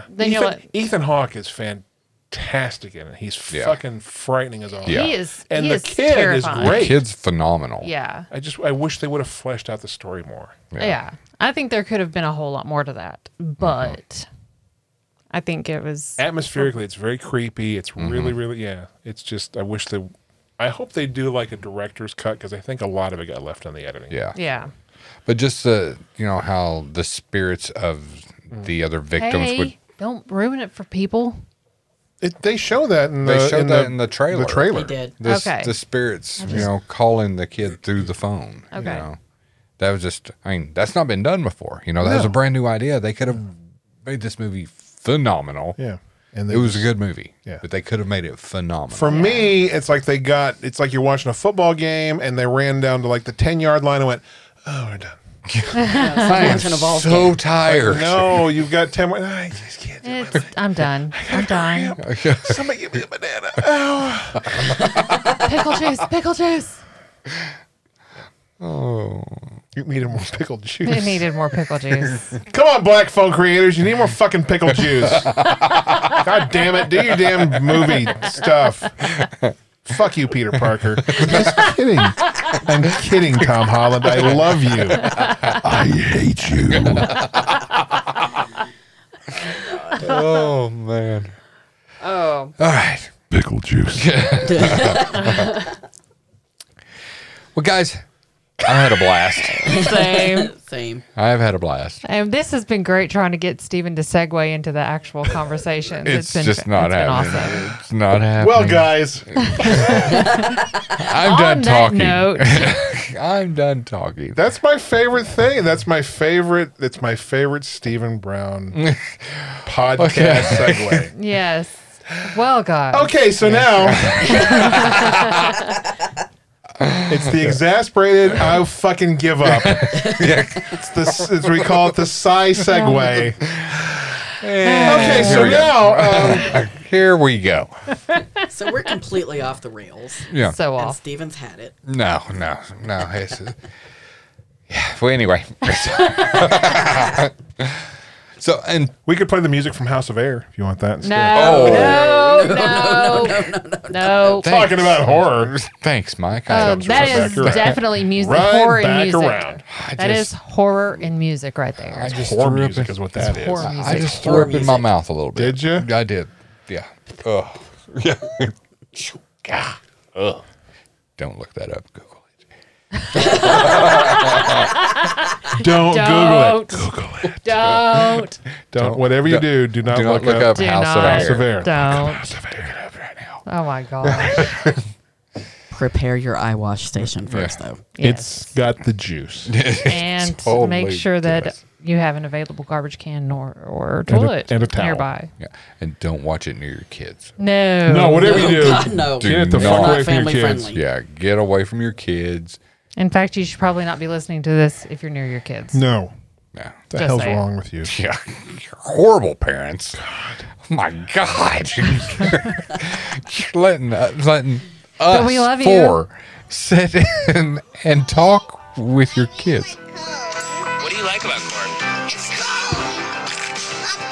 Then you're Ethan, like, Ethan Hawke is fantastic in it. He's Yeah. fucking frightening as all. Yeah. he is. And he the is kid is terrifying. great. Kid's phenomenal. Yeah. I just I wish they would have fleshed out the story more. yeah, I think there could have been a whole lot more to that, Mm-hmm. but I think it was. Atmospherically, it's very creepy. It's Mm-hmm. really, really, yeah. It's just I wish they. I hope they do like a director's cut because I think a lot of it got left on the editing. Yeah. Yeah. But just the you know how the spirits of Mm. the other victims Hey, would don't ruin it for people. It, they show that in the they showed that in the trailer. The trailer. They did. The, s- Okay. the spirits, you know, calling the kid through the phone. You Okay. know? That was just I mean, that's not been done before. You know, that was a No. brand new idea. They could have made this movie phenomenal. Yeah, and It was a good movie. Yeah. But they could have made it phenomenal. For me, it's like they got it's like you're watching a football game and they ran down to like the ten yard line and went, Oh, we're done. I am Watching a ball so <laughs> tired. <laughs> No, you've got ten more I just can't do It's, <laughs> I'm done. I'm done. it. Somebody give me a banana. Oh. Pickle juice. Pickle juice. Oh. You needed more pickled juice. It needed more pickle juice. Come on, black phone creators. You need more fucking <laughs> pickle juice. God damn it. Do your damn movie stuff. Fuck you, Peter Parker. I'm just kidding. I'm kidding, Tom Holland. I love you. I hate you. oh man. Oh, All right. Pickle juice. Well, guys, I had a blast. same. <laughs> Same. I have had a blast. And this has been great trying to get Stephen to segue into the actual conversation. It's, just not it's been happening. awesome. It's not happening. Well, guys, I'm On done that talking. note, I'm done talking. that's my favorite thing. That's my favorite. That's my favorite Stephen <laughs> Brown podcast segue. yes. Well, God. Okay, so now it's the exasperated I fucking give up. It's this it's, we call it the sigh <laughs> segue. Okay, so now um, eh, Here we go. So we're completely off the rails. Yeah. <laughs> So And off. Steven's had it. no, no, no. It's, uh, yeah. Well, anyway. <laughs> so and we could play the music from House of Air if you want that. Instead. No, no, no, no, no, no. thanks. Talking about horror. Thanks, Mike. Uh, that right is back around. definitely music, Right horror and back music. around. That is just- horror and music right there. I just Horror threw up music in- is what that is. horror music. I just threw Horror up in my music. mouth a little bit. Did you? I did. Yeah. Ugh. <laughs> Yeah. God. Ugh. Don't look that up. Google it. Don't, Google it. don't, don't, Don't, whatever you do, do not, Do not look, up. do House not, of Air. Air. don't. Pick it up right now. Oh my gosh. Prepare your eye wash station first, though. <laughs> It's got the juice. and totally make sure that does. you have an available garbage can or, or toilet and a towel. nearby. Yeah. And don't watch it near your kids. No. No, whatever you do, <laughs> God, no. Dude. get it the We're fuck not away from your family kids. friendly. Yeah. Get away from your kids. In fact, you should probably not be listening to this if you're near your kids. No. Yeah. The Just hell's saying. wrong with you? Yeah. <laughs> You're horrible parents. God. Oh my God. <laughs> You're letting, uh, letting us we love you. four sit in and talk with your kids. What do you like about corn? It's cold.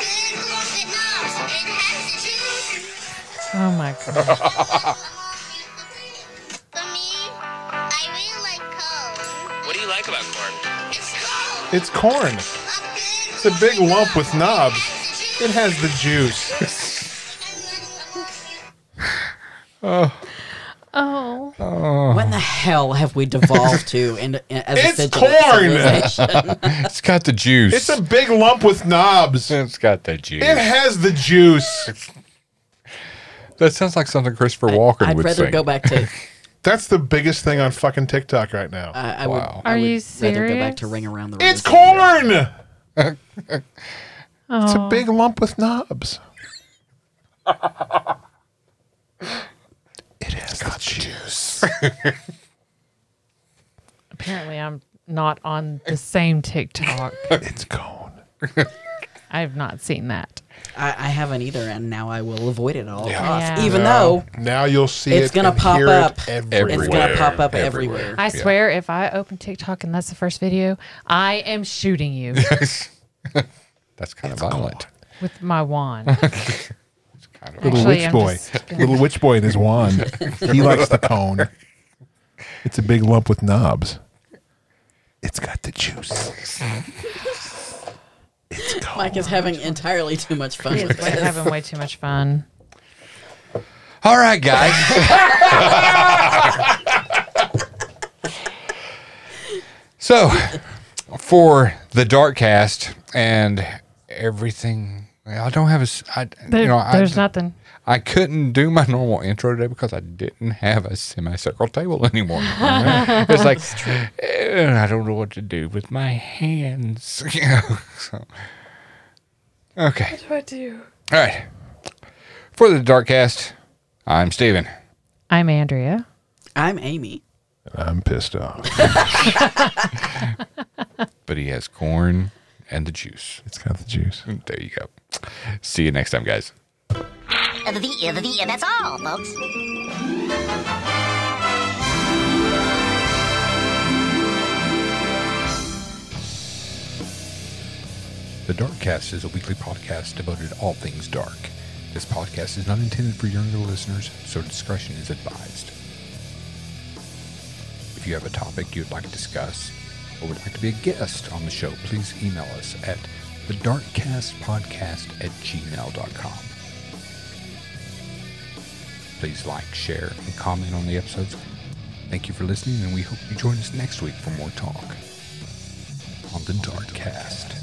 A big lump that knobs. It has the juice. Oh my god. <laughs> For me, I really like cold. What do you like about corn? It's cold. It's corn. A big It's a big lump with knobs. It has the juice. Oh. When the hell have we devolved to? And as It's a corn! <laughs> corn. It's got the juice. It's a big lump with knobs. It it's got the juice. has the juice. That sounds like something Christopher Walken I'd would rather sing. go back to. That's the biggest thing on fucking TikTok right now. I, I Wow. would, I Are would you rather go back to serious? ring around the. it's rosy. corn. It's a big lump with <laughs> knobs. It has got juice. Apparently, I'm not on the same TikTok. It's cone. I have not seen that. I, I haven't either, and now I will avoid it at all Yeah. costs. Yeah. Even though Now you'll see It's it gonna and pop hear it up. everywhere. it's going to pop up everywhere. I swear, if I open TikTok and that's the first video, I am shooting <laughs> you That's kind of violent. with my wand. <laughs> Kind of Little Actually, witch I'm boy. just gonna- Little witch boy and his wand. he likes the cone. It's a big lump with knobs. It's got the juice. Mike is having entirely too much fun He with is way- this. having way too <laughs> much fun. All right, guys. so, for the dark cast and everything, I don't have a. s- I, There- you know, I, there's nothing. I couldn't do my normal intro today because I didn't have a semicircle table <laughs> anymore. it's like, "Eh, I don't know what to do with my hands. <laughs> You know, so. Okay. What do you? All right. For the dark cast, I'm Steven. I'm Andrea. I'm Amy. I'm pissed off. but he has corn and the juice. It's got the juice. There you go. See you next time, guys. Uh, The, uh, the, and that's all, folks. The Darkcast is a weekly podcast devoted to all things dark. This podcast is not intended for younger listeners, so discretion is advised. If you have a topic you would like to discuss or would like to be a guest on the show, please email us at thedarkcastpodcast at gmail.com. Please like, share, and comment on the episodes. Thank you for listening, and we hope you join us next week for more talk on the Darkcast.